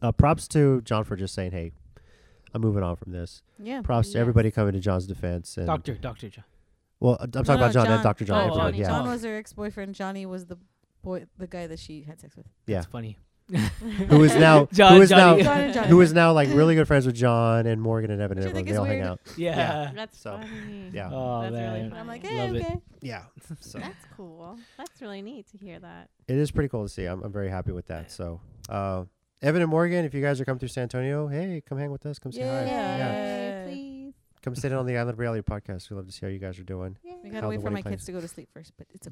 Uh, props to John for just saying, "Hey, I'm moving on from this."
Yeah.
Props to
Yes.
everybody coming to John's defense. And
Doctor, Doctor John.
Well, I'm talking
No,
about
no,
John, and Doctor John.
Oh,
everyone, yeah.
John was her ex-boyfriend. Johnny was the boy, the guy that she had sex with.
Yeah.
That's funny.
who is now
*laughs* John,
who is now
Johnny. John and
*laughs*
Johnny.
who is now like really good friends with John and Morgan and Evan and everyone. They all hang out.
Yeah.
That's
so,
funny.
Yeah.
Oh,
That's really
man.
funny.
I'm like,
eh, Love it. okay.
Yeah. So
That's cool. That's really neat to hear that.
it is pretty cool to see. I'm, I'm very happy with that. So uh, Evan and Morgan, if you guys are coming through San Antonio, hey, come hang with us. Come say hi.
Yay,
please.
Come sit in on the Island Reality podcast. We love to see how you guys are doing.
We gotta
How
wait
the
for my
wedding plans-
kids to go to sleep first, but
*laughs*
it's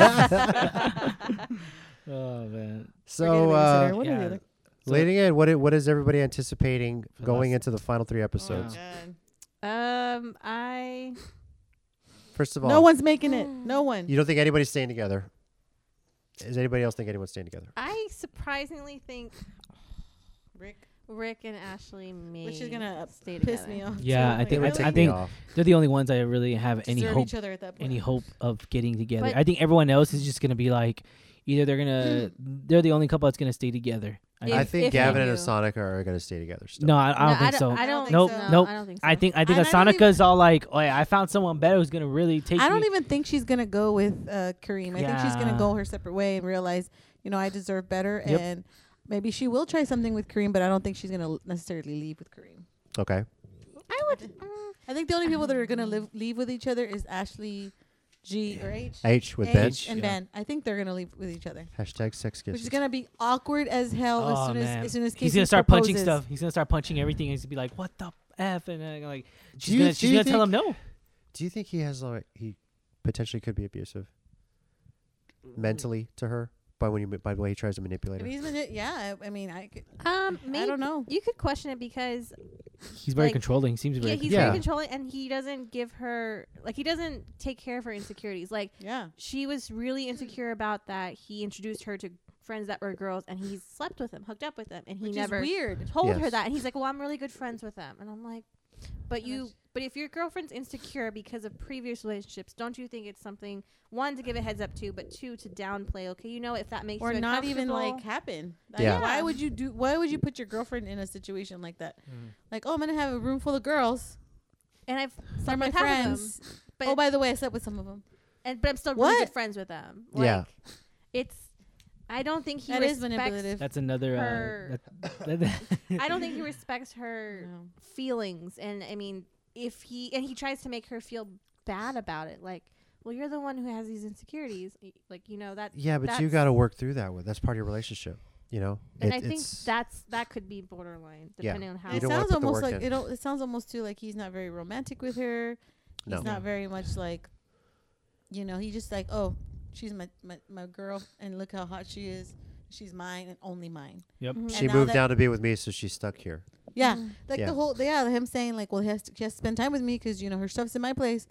okay.
*laughs* oh man.
So, uh,
What are the other-
leading in, what i- what is everybody anticipating
the
going
last-
into the final three episodes?
*laughs* Um, I
First of all,
no one's making it. No one.
You don't think anybody's staying together? Does anybody else think anyone's staying together?
I surprisingly think
Rick
Rick and Ashley may
Which is gonna uh,
stay
piss
together.
me off.
Yeah,
too.
I
Like,
think I,
really?
I think they're the only ones I really have any
Deserve
hope
each other at that
any hope of getting together.
But-
I think everyone else is just gonna be like, either they're gonna
Hmm.
they're the only couple that's gonna stay together. I
I
think.
think
if they
Gavin and
do.
Asonica are going to stay together. Still.
No, I, I don't
No, I
think
don't-
so.
I don't think
nope,
so. No,
Nope.
I don't think
I think I think
And I don't even-
Asanica's all like, oh, yeah, I found someone better who's gonna really take.
I don't
me."
even think she's gonna go with uh, Kareem. I think she's gonna
Yeah.
go her separate way and realize, you know, I deserve better,
Yep.
and maybe she will try something with Kareem. But I don't think she's gonna l- necessarily leave with Kareem.
Okay.
I would. mm,
I think the only people that are gonna live leave with each other is Ashley, G or H.
H with Ben.
and
Yeah.
Ben. I think they're gonna leave with each other.
Hashtag sex
Which is
kisses.
gonna be awkward as hell as
Oh,
soon
man.
as as soon as Casey
he's gonna start punching
proposes.
stuff. He's gonna start punching everything. He's gonna be like, "What the f?" And then, like, she's
you-
gonna,
do
she's
you
gonna tell him
think-
no.
Do you think he has like he potentially could be abusive mentally to her by when you by the way he tries to manipulate
If
her?
he's been, yeah, I, I mean, I could,
Um, maybe,
I don't know.
You could question it because
He's very
like,
controlling. He seems very
yeah, he's
controlling.
very controlling, and he doesn't give her like he doesn't take care of her insecurities. Like,
yeah,
she was really insecure about that. He introduced her to friends that were girls, and he slept with them, hooked up with them, and he
Which is
never
weird.
told her
Yes.
that. And he's like, "Well, I'm really good friends with them," and I'm like, "But you." But if your girlfriend's insecure because of previous relationships, don't you think it's something one to give a heads up to, but two to downplay? Okay, you know if that makes
or
you
not even like
uncomfortable-
happen. Like,
Yeah.
Why would you do? Why would you put your girlfriend in a situation like that?
Mm.
Like, oh, I'm gonna have a room full of girls.
And I've
They're
slept
my
with half of them,
friends.
but
oh, by the way, I slept with some of them.
and but I'm still really
What?
good friends with them.
yeah.
It's I don't think he
That is
respects
manipulative.
That's another.
her-
Uh, that- that-
I don't think he respects her feelings, and I mean, if he and he tries to make her feel bad about it, like, well, you're the one who has these insecurities, y- like you know that.
Yeah, but you
that's-
got to work through that. With that's part of your relationship. You know,
And
It-
I think
it's-
that's that could be borderline,
Yeah.
depending on how.
You
It
don't wanna
sounds
put the work
almost like
in.
it. al- It sounds almost too like he's not very romantic with her. He's
No.
not very much like, you know, he just like, oh, she's my, my my girl, and look how hot she is. She's mine and only mine.
Yep.
And
She
now
moved
that-
down to be with me, so she's stuck here.
Yeah,
Mhm.
like
Yeah.
the whole yeah him saying like, well, he has to, she has to spend time with me because you know her stuff's in my place.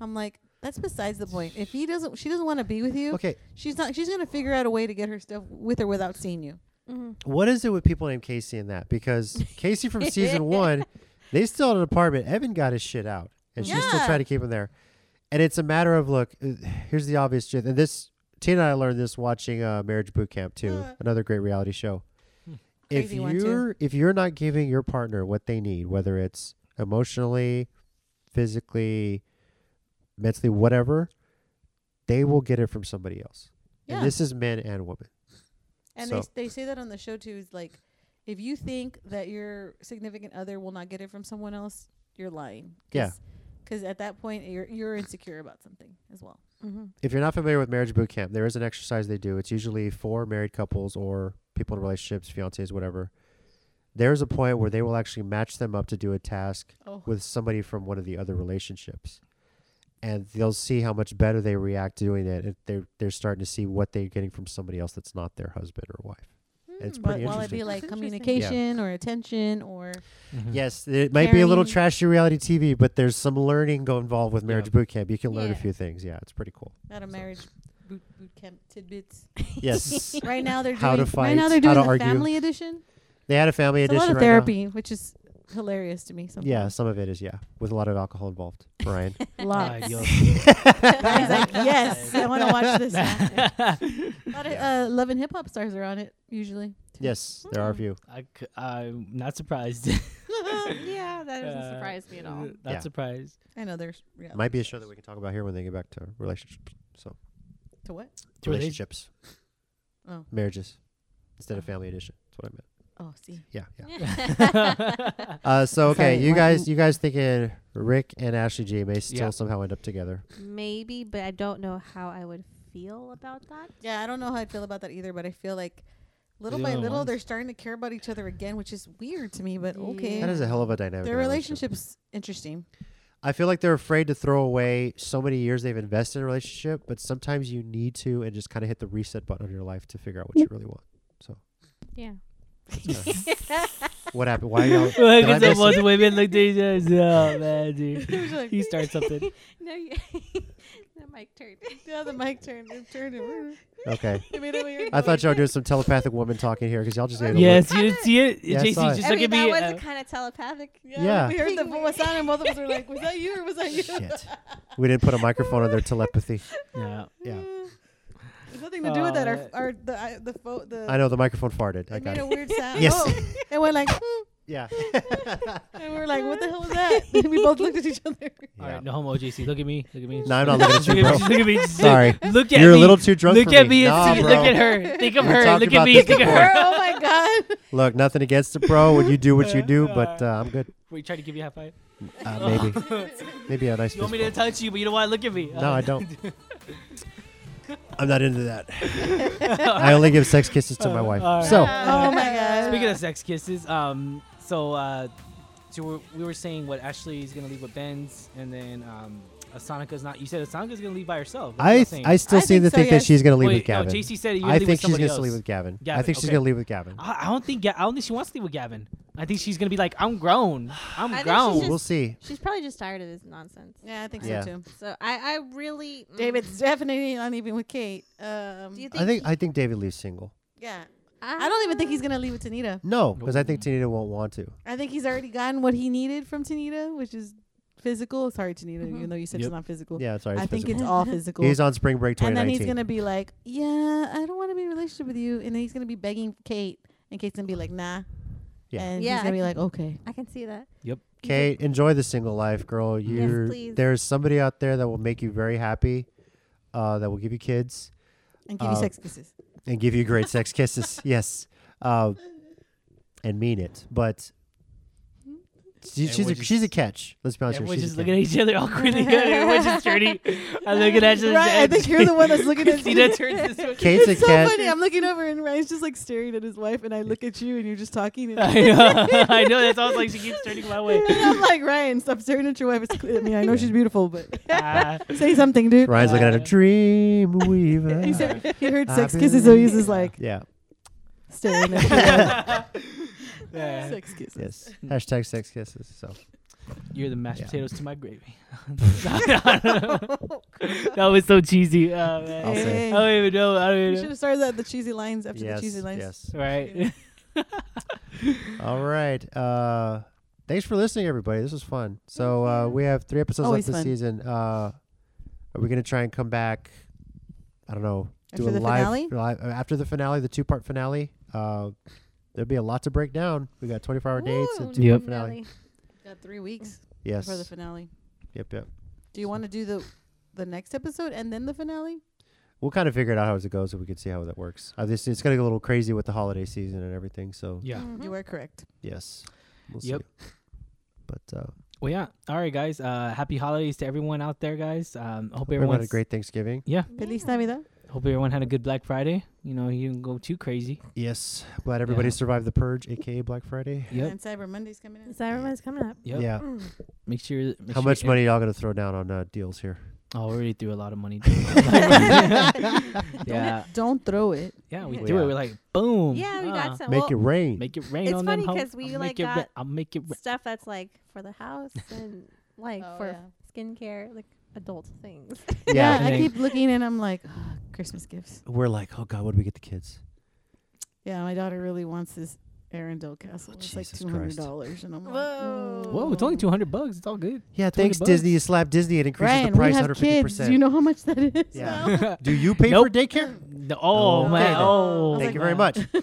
I'm like, that's besides the point. If he doesn't, she doesn't want to be with you.
Okay.
she's not. She's gonna figure out a way to get her stuff with or without seeing you.
Mm-hmm.
What is it with people named Casey in that? Because Casey from
*laughs*
season one, they still had an apartment. Evan got his shit out, and she's still
Yeah.
trying to keep him there. And it's a matter of look. uh, Here's the obvious truth, and this Tina and I learned this watching uh, Marriage Boot Camp too, another great reality show. If
Crazy one, too.
you're if you're not giving your partner what they need, whether it's emotionally, physically, mentally, whatever, they will get it from somebody else.
Yeah.
And this is men and women.
And
So-
they s- they say that on the show too. Is like, if you think that your significant other will not get it from someone else, you're lying.
Yeah.
Because at that point, you're you're insecure about something as well.
Mm-hmm.
If you're not familiar with marriage boot camp, there is an exercise they do. It's usually for married couples or people in relationships, fiancés, whatever. There's a point where they will actually match them up to do a task
Oh.
with somebody from one of the other relationships. And they'll see how much better they react doing it. If they're they're starting to see what they're getting from somebody else that's not their husband or wife. And it's
Hmm. But
pretty
while it
interesting.
be like
Yeah.
communication or attention or
Hmm.
Yes, it might be a little
caring.
trashy reality TV, but there's some learning go involved with marriage boot camp. You can learn a
Yeah.
few things. Yeah, it's pretty
*laughs*
cool.
Not a marriage boot, boot camp tidbits.
Yes.
*laughs* right now they're
How to
doing, right
fight, how
now they're doing
to
the
argue.
family edition.
They had a family
It's a
edition
lot
right
of
now.
therapy, which is hilarious to me. Sometimes.
Yeah, some of it is yeah, with a lot of alcohol involved.
*laughs*
Brian,
Lots.
Ay,
Brian's
Dios.
like, yes, I want to
*laughs*
watch this. now." a lot of uh, Love and Hip Hop stars are on it usually.
yes, there are a few.
*laughs* I am not surprised.
yeah, that
*laughs*
doesn't
Uh,
surprise me at all.
Not
Yeah.
*laughs*
surprised.
*laughs*
*laughs*
I know there's reality
Might be a show that we can talk about here when they get back to relationships. So
to what?
To relate-
relationships,
Oh.
marriages, instead of family edition. That's what I meant.
Oh, see.
Yeah,
*laughs*
yeah. Uh, so okay,
Sorry,
you guys,
Latin.
you guys thinking Rick and Ashley G may still
Yeah.
somehow end up together?
*laughs* Maybe, but I don't know how I would feel about that.
Yeah, I don't know how I feel about that either, but I feel like little
the
by
only
little
ones.
they're starting to care about each other again, which is weird to me, but okay.
That is a hell of a dynamic
Their
relationship.
relationship's interesting.
I feel like they're afraid to throw away so many years they've invested in a relationship, but sometimes you need to and just kind of hit the reset button on your life to figure out what you really want. So
Yeah.
*laughs*
*laughs*
what happened? Why are y'all?
Look
did I
at the
miss-
ones women looked at each *laughs* other. Oh man,
*laughs*
*laughs*
dude. he starts something.
no, you *laughs* the mic turned.
yeah, the mic turned. It turned. It.
Okay.
It made a weird
I thought y'all were doing some telepathic woman talking here because y'all just made a
Yes,
look.
you didn't see it.
Yeah, I
JC
saw it.
just
I
look
mean,
at
that
me.
was
uh,
kind of telepathic.
Yeah.
We heard the voice sound and both of us were like, was that you or was that you? *laughs*
Shit. We didn't put a microphone on their telepathy.
Yeah.
Yeah.
There's nothing to do with that. Our,
Uh,
our the I, the, fo- the
I know the microphone farted. I got
It made
it.
a weird sound.
Yes.
Oh. And we're like, hmm.
*laughs*
*laughs*
Yeah.
and we're like, what the hell was *laughs* that? And we both looked at each other.
All right, no homo, JC. Look at me. Look at me.
No, I'm
*laughs*
not looking at you,
Look
bro.
Look at me.
*laughs*
Just
Sorry.
Look at
You're a
me.
little too drunk
Look
for
at
me.
me. and
Nah,
see-
bro.
Look at her. Think of
We
her.
talked
Look
about
at me.
this
*laughs*
Think of
before.
her. *laughs*
oh my god. *laughs*
Look, nothing against the bro when you do what you do, but uh, I'm good.
Were you trying to give me a high five?
Uh, maybe. maybe a nice
*laughs* You want me to touch you, but you don't want to look at me.
No, I
*laughs*
don't. I'm not into that. I only give sex kisses to my wife.
All right.
So,
Oh my God.
Speaking of
Uh.
sex kisses, um, so uh, so we we were saying what Ashley's gonna leave with Ben's, and then um, Asanica's not. You said Asanica's gonna leave by herself. That's what
I
you're
th-
saying.
I still seem to think that she's going to leave with
Wait, no,
Gavin.
JC said you're gonna
I
leave
think
with
she's
somebody
gonna
else.
leave with Gavin. I
Gavin,
think she's
okay.
going to leave with Gavin.
I, I don't think. Ga- I don't think she wants to leave with Gavin. I think she's gonna be like, I'm grown. I'm
*sighs* I think she's
grown.
just-
We'll see.
She's probably just tired of this nonsense.
Yeah, I think
so, Yeah.
too.
So I, I really, mm,
David's Mm-hmm. definitely not even with Kate. Um,
Do you
I think I think David leaves single.
yeah. I don't even think he's gonna leave with Tanita.
No, because I think Tanita won't want to.
I think he's already gotten what he needed from Tanita, which is physical. Sorry, Tanita, even though you said
Yep.
it's not physical.
Yeah, it's all right,
I
it's
think it's
physical.
*laughs* all physical.
He's on spring break
And then he's
2019.
gonna be like, "Yeah, I don't want to be in a relationship with you," and then he's gonna be begging Kate, and Kate's gonna be like, "Nah."
Yeah.
And
Yeah,
he's gonna
I
be like,
can-
"Okay."
I can see that.
Yep.
Kate, enjoy the single life, girl. You're
please.
there's somebody out there that will make you very happy, uh, that will give you kids,
And
Uh,
give you sex kisses.
and give you great
*laughs*
sex kisses. Yes, uh, and mean it. But she,
And
she's
we're
a, she's a catch. Let's be honest.
And
here,
we're
she's a
just
catch.
looking at each other awkwardly. *laughs* We're just dirty.
*laughs*
I'm looking at you.
Right, I think you're the one that's looking at
*laughs* Christina
*laughs*
turns this way.
Kate's a
it's so
cat.
funny. I'm looking over and Ryan's just like staring at his wife, and I look at you, and you're just
*laughs*
talking. And
I
*laughs*
know. I know. That's always like she keeps turning my way.
I'm like Ryan, stop staring at your wife. It's clear. I mean, I know she's beautiful, but
*laughs*
Ah. *laughs*
say something, dude.
Ryan's looking at a
*laughs*
dream weaver.
Uh, He said he heard sex
I
kisses, so he's
believe-
just like
yeah.
staring *laughs* at you.
Yeah.
Sex kisses. *laughs*
Yes. Hashtag sex kisses. So.
You're the mashed potatoes to my
*laughs*
gravy. *laughs* that
that
was so cheesy. Oh, man.
I'll say.
I don't even know. I don't
We
even
should
know.
have started at the cheesy lines after the cheesy lines.
Yes.
Right.
All right. Uh, thanks for listening, everybody. This was fun. So uh, we have three episodes
Always
left this
fun.
season. Uh, are we gonna try and come back? I don't know. do
After
a
the
live,
finale?
live- uh, after the finale, the two-part finale. Uh, there'll be a lot to break down. We got 24-hour dates and two-part
Yep.
finale.
Got three weeks.
Yes.
For the finale.
Yep, yep.
Do you want to do the the next episode and then the finale?
We'll kind of figure it out how it goes, so we can see how that works. Uh, this it's gonna get a little crazy with the holiday season and everything. So
Yeah.
Mm-hmm.
You are correct.
yes, we'll
Yep.
see. But uh,
*laughs* Well, yeah. All right, guys. Uh, happy holidays to everyone out there, guys. Um,
everyone had
hope
a
everyone's
great Thanksgiving.
Yeah.
Feliz *laughs*
*laughs*
Navidad.
Hope everyone had a good Black Friday. You know, you didn't go too crazy.
Yes, glad everybody survived the purge, aka Black Friday.
Yep.
And Cyber Monday's coming up.
Cyber Monday's coming
*laughs*
up.
Yep.
Yeah.
Make sure. Make
How
sure
much
you-
money y'all gonna throw down on uh, deals here?
Oh, we already threw a lot
*laughs*
of money.
*laughs*
*laughs* yeah.
Don't throw it.
Yeah, we
Yeah.
threw it. We're like, boom.
Yeah, we got
ah,
some.
Make
well,
it rain.
Make it rain
It's
on
funny
them. hoe.
because we
I'll
like
make it ra-
got
I'll make it. Ra-
stuff that's like for the house and like
Oh,
for
yeah.
skincare, like adult things.
*laughs*
Yeah.
*laughs*
Yeah, I
Yeah.
keep looking and I'm like, "Ah, Christmas gifts.
We're like, oh god, what do we get the kids?
Yeah, my daughter really wants this Arendelle castle. it's like
Jesus
two hundred
Christ.
dollars, and I'm like,
Whoa,
*laughs*
it's only two hundred bucks. It's all good.
Yeah,
200
thanks
bucks.
Disney. You slap Disney, it increases
Ryan,
the price
we have
150.
kids. Do
percent
you know how much that is? *laughs*
Yeah.
Oh.
now?
do you pay
Nope.
for daycare?
No- oh,
Okay,
man.
then.
Oh,
Thank
man.
you very much. Oh.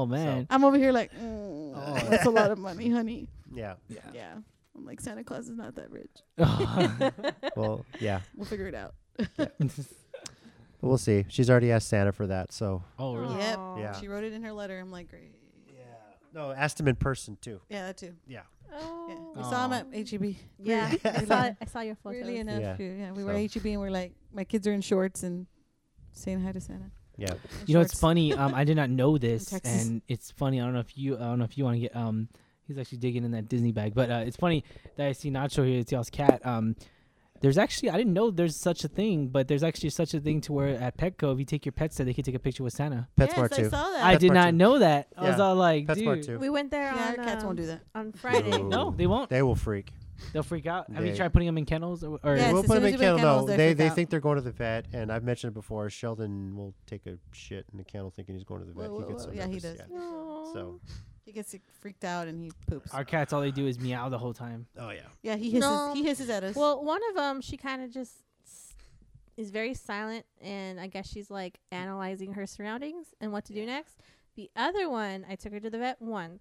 Oh man.
*laughs* I'm over here like, mm, that's a lot of money, honey.
yeah.
Yeah. I'm like, Santa Claus is not that rich.
Well, yeah.
We'll figure it out.
We'll see. She's already asked Santa for that, so
*laughs* oh really?
Yep.
Yeah.
She wrote it in her letter. I'm like, great.
no, asked him in person too.
Yeah, that too.
Yeah.
Yeah.
Oh.
We saw him at E HEB.
*laughs*
*laughs*
Yeah, I saw I saw your photos.
Really enough.
Yeah.
Yeah. yeah. We were
So.
at HEB and we're like, my kids are in shorts and saying hi to Santa.
Yeah.
in
You know, it's
shorts.
funny.
uh,
*laughs*
Um, I did not know this,
Texas.
and it's funny. I don't know if you. I don't know if you want to get. Um, he's actually digging in that Disney bag, but uh, it's funny that I see Nacho here. It's y'all's cat. Um, there's actually I didn't know there's such a thing, but there's actually such a thing to where at Petco, if you take your pets there, they can take a picture with Santa.
PetSmart
yes,
too.
I saw that.
I did
PetSmart
not
too.
know that. I was
Yeah.
all like,
PetSmart
dude.
too.
We went there
yeah,
on
our cats won't
um,
do that.
on Friday.
No, they won't.
They will freak.
They'll freak out. Have you
They-
tried putting them in kennels or? or
Yes,
we'll
as
put
soon
them
as
in
you put a
kennel. no,
kennel, they
they
freak
they
out.
think they're going to the vet, and I've mentioned it before. Sheldon will take a shit in the kennel thinking he's going to the vet.
Whoa,
he
whoa,
gets
whoa.
so
Yeah, he
nervous,
does.
Aw.
So
He gets freaked out and he poops.
Our cats, all they do is meow the whole time.
oh yeah.
yeah, he hisses.
No.
He hisses at us.
Well, one of them, she kind of just s- is very silent, and I guess she's like analyzing her surroundings and what to do next. The other one, I took her to the vet *laughs* once.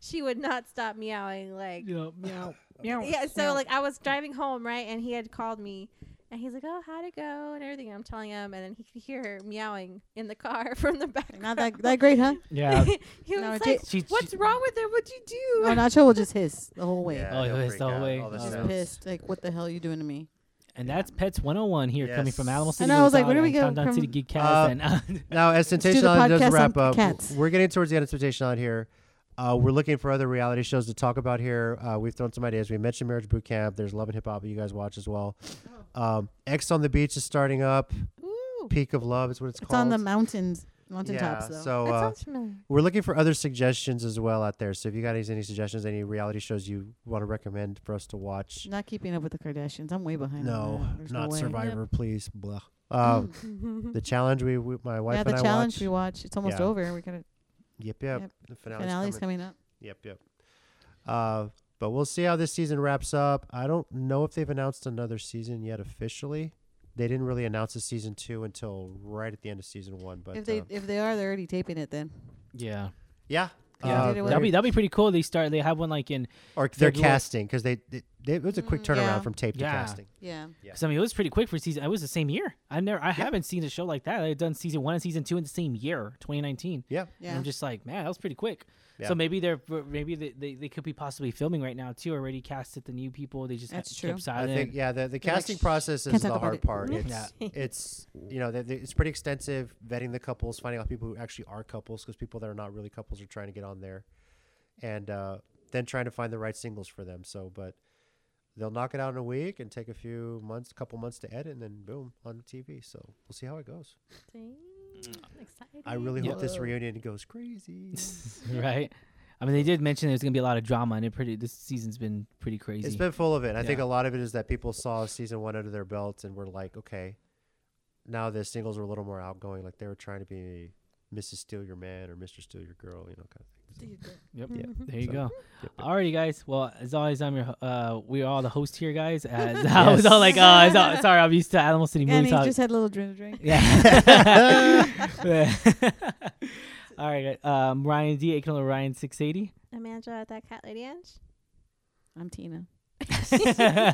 she would not stop meowing
*laughs*
like
You know, meow, meow.
yeah. So like I was driving home right, and he had called me. And he's like, "Oh, how'd it go?" and everything. And I'm telling him, and then he could hear her meowing in the car *laughs* from the back.
Not that that great, *laughs* huh?
Yeah.
*laughs* he was
No,
like,
Jay-
She-
"What's wrong with her? What'd you do?"
No, Oh,
*laughs*
Nacho will just hiss the whole way.
Oh, he'll he'll hiss freak the whole out, way. all the
Just
sounds.
pissed. Like, what the hell are you doing to me?
And that's Pets 101 here coming from Alamo
Yes.
City.
I know, I was like, where do we
Wisconsin,
go
Countdown
from-
City Geek
Uh,
Cast *laughs*
*laughs*
and-
now, as
Let's do
Temptation
the
Island does
podcast
wrap
on
up,
cats.
we're getting towards the end of Temptation Island here. Uh, we're looking for other reality shows to talk about here. Uh, we've thrown some ideas. We mentioned Marriage Boot Camp. There's Love and Hip Hop that you guys watch as well. Um, X on the Beach is starting up. Peak of Love is what it's,
It's
called.
on the mountains, mountaintops,
yeah,
though.
so uh,
*laughs*
we're looking for other suggestions as well out there. So if you got any, any suggestions, any reality shows you want to recommend for us to watch,
Not keeping up with the Kardashians. I'm way behind. on
no,
that. There's
not
way.
Survivor, please. Blah. Um,
Mm.
the challenge we, we my wife
Yeah,
and
the
I
challenge
watch.
we watch. It's almost
Yeah.
over. We're gonna.
Yep, yep. The finale's,
Finale's coming. up.
Yep, yep. Uh, but we'll see how this season wraps up. I don't know if they've announced another season yet officially. They didn't really announce a season two until right at the end of season one. But
if they
um,
if they are, they're already taping it. Then
yeah.
yeah,
Yeah,
uh,
that'd be that'd be pretty cool. They start they have one like in
or they're casting because they, they, they it was a quick
Mm,
turnaround from tape to casting.
Yeah.
Because I mean, it was pretty quick for season. It was the same year. I never, I haven't seen a show like that. I've done season one and season two in the same year, 2019.
Yeah.
And
Yeah.
I'm just like, man, that was pretty quick.
Yeah.
So maybe they're maybe they, they, they could be possibly filming right now too. Already casted the new people. They just ha-
That's true.
kept
I
silent.
think yeah, the, the
They're like,
casting
"Shh,
process
can't
is
talk
the
about
hard
it."
part.
Yeah.
It's
*laughs*
it's you know th- th- it's pretty extensive vetting the couples, finding out people who actually are couples because people that are not really couples are trying to get on there, and uh, then trying to find the right singles for them. So, but they'll knock it out in a week and take a few months, couple months to edit, and then boom on TV. So we'll see how it goes. Mm. I really hope this reunion goes crazy.
*laughs* right. I mean, they did mention there's gonna be a lot of drama, and it pretty. This season's been pretty crazy.
It's been full of it. I think
Yeah.
a lot of it is that people saw season one under their belts and were like, okay, now the singles were a little more outgoing. Like they were trying to be Mrs. Steal Your Man or Mr. Steal Your Girl, you know, kind of thing.
Yep.
Yeah.
There you
Mm-hmm. So-
go. Alrighty, guys. Well, as always, I'm your. ho- Uh, we are all the host
*laughs*
here, guys. As I was all like, uh, it's all- sorry, I'm used to Animal City
And
movie
he
talk. *laughs*
just had a little drink- drink.
Yeah. *laughs* all right, guys. um, Ryan D, Akin Ryan six eighty.
*laughs* Amanda, that cat lady Ange.
I'm Tina.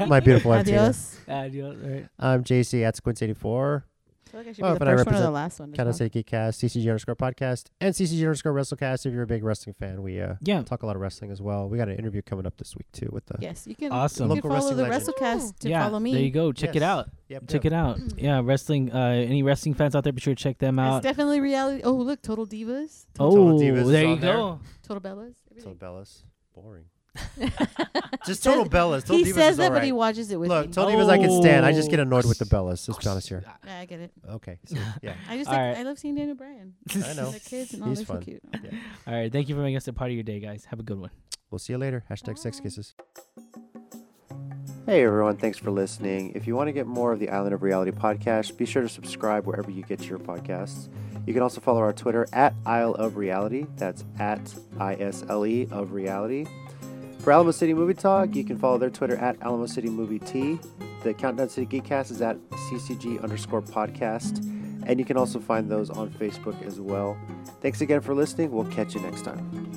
My beautiful wife, Tina.
Adios.
Adios. Right.
I'm JC at Squints84.
I feel like I should be the first one or the last one to
Kind
come.
of City Cast, CCG underscore podcast, and CCG underscore WrestleCast. If you're a big wrestling fan, we uh,
yeah.
talk a lot of wrestling as well. We got an interview coming up this week too with the
Yes, you can.
Awesome.
You can
Local
follow the
wrestling
WrestleCast to
yeah,
follow me.
There you go. Check
Yes.
it out.
Yep,
check it out. Yeah, wrestling. Uh, any wrestling fans out there, be sure to check them
It's
out.
definitely reality. Oh, look, Total Divas,
Oh,
Divas is
there you
on there.
go.
Total Bellas.
Total Bellas.
*laughs*
Boring. just Total Bellas. Total
he
Divas is
says that, but
alright.
he watches it with
Look,
me.
Total Divas I can stand. I just get
Oh.
annoyed with the Bellas. Let's be honest here.
Yeah, I get it.
Okay. So, yeah.
I just
All
like,
right.
I love seeing Daniel Bryan.
I know.
And their kids and all.
He's
They're so
fun.
cute.
Yeah.
All right. Thank you for making us a part of your day, guys. Have a good one.
We'll see you later. Hashtag sex kisses. Hey everyone, thanks for listening. If you want to get more of the Island of Reality podcast, be sure to subscribe wherever you get your podcasts. You can also follow our Twitter at Isle of Reality. That's at I S L E of Reality. For Alamo City Movie Talk, you can follow their Twitter at Alamo City Movie T. The Countdown City Geekcast is at CCG underscore podcast. And you can also find those on Facebook as well. Thanks again for listening. We'll catch you next time.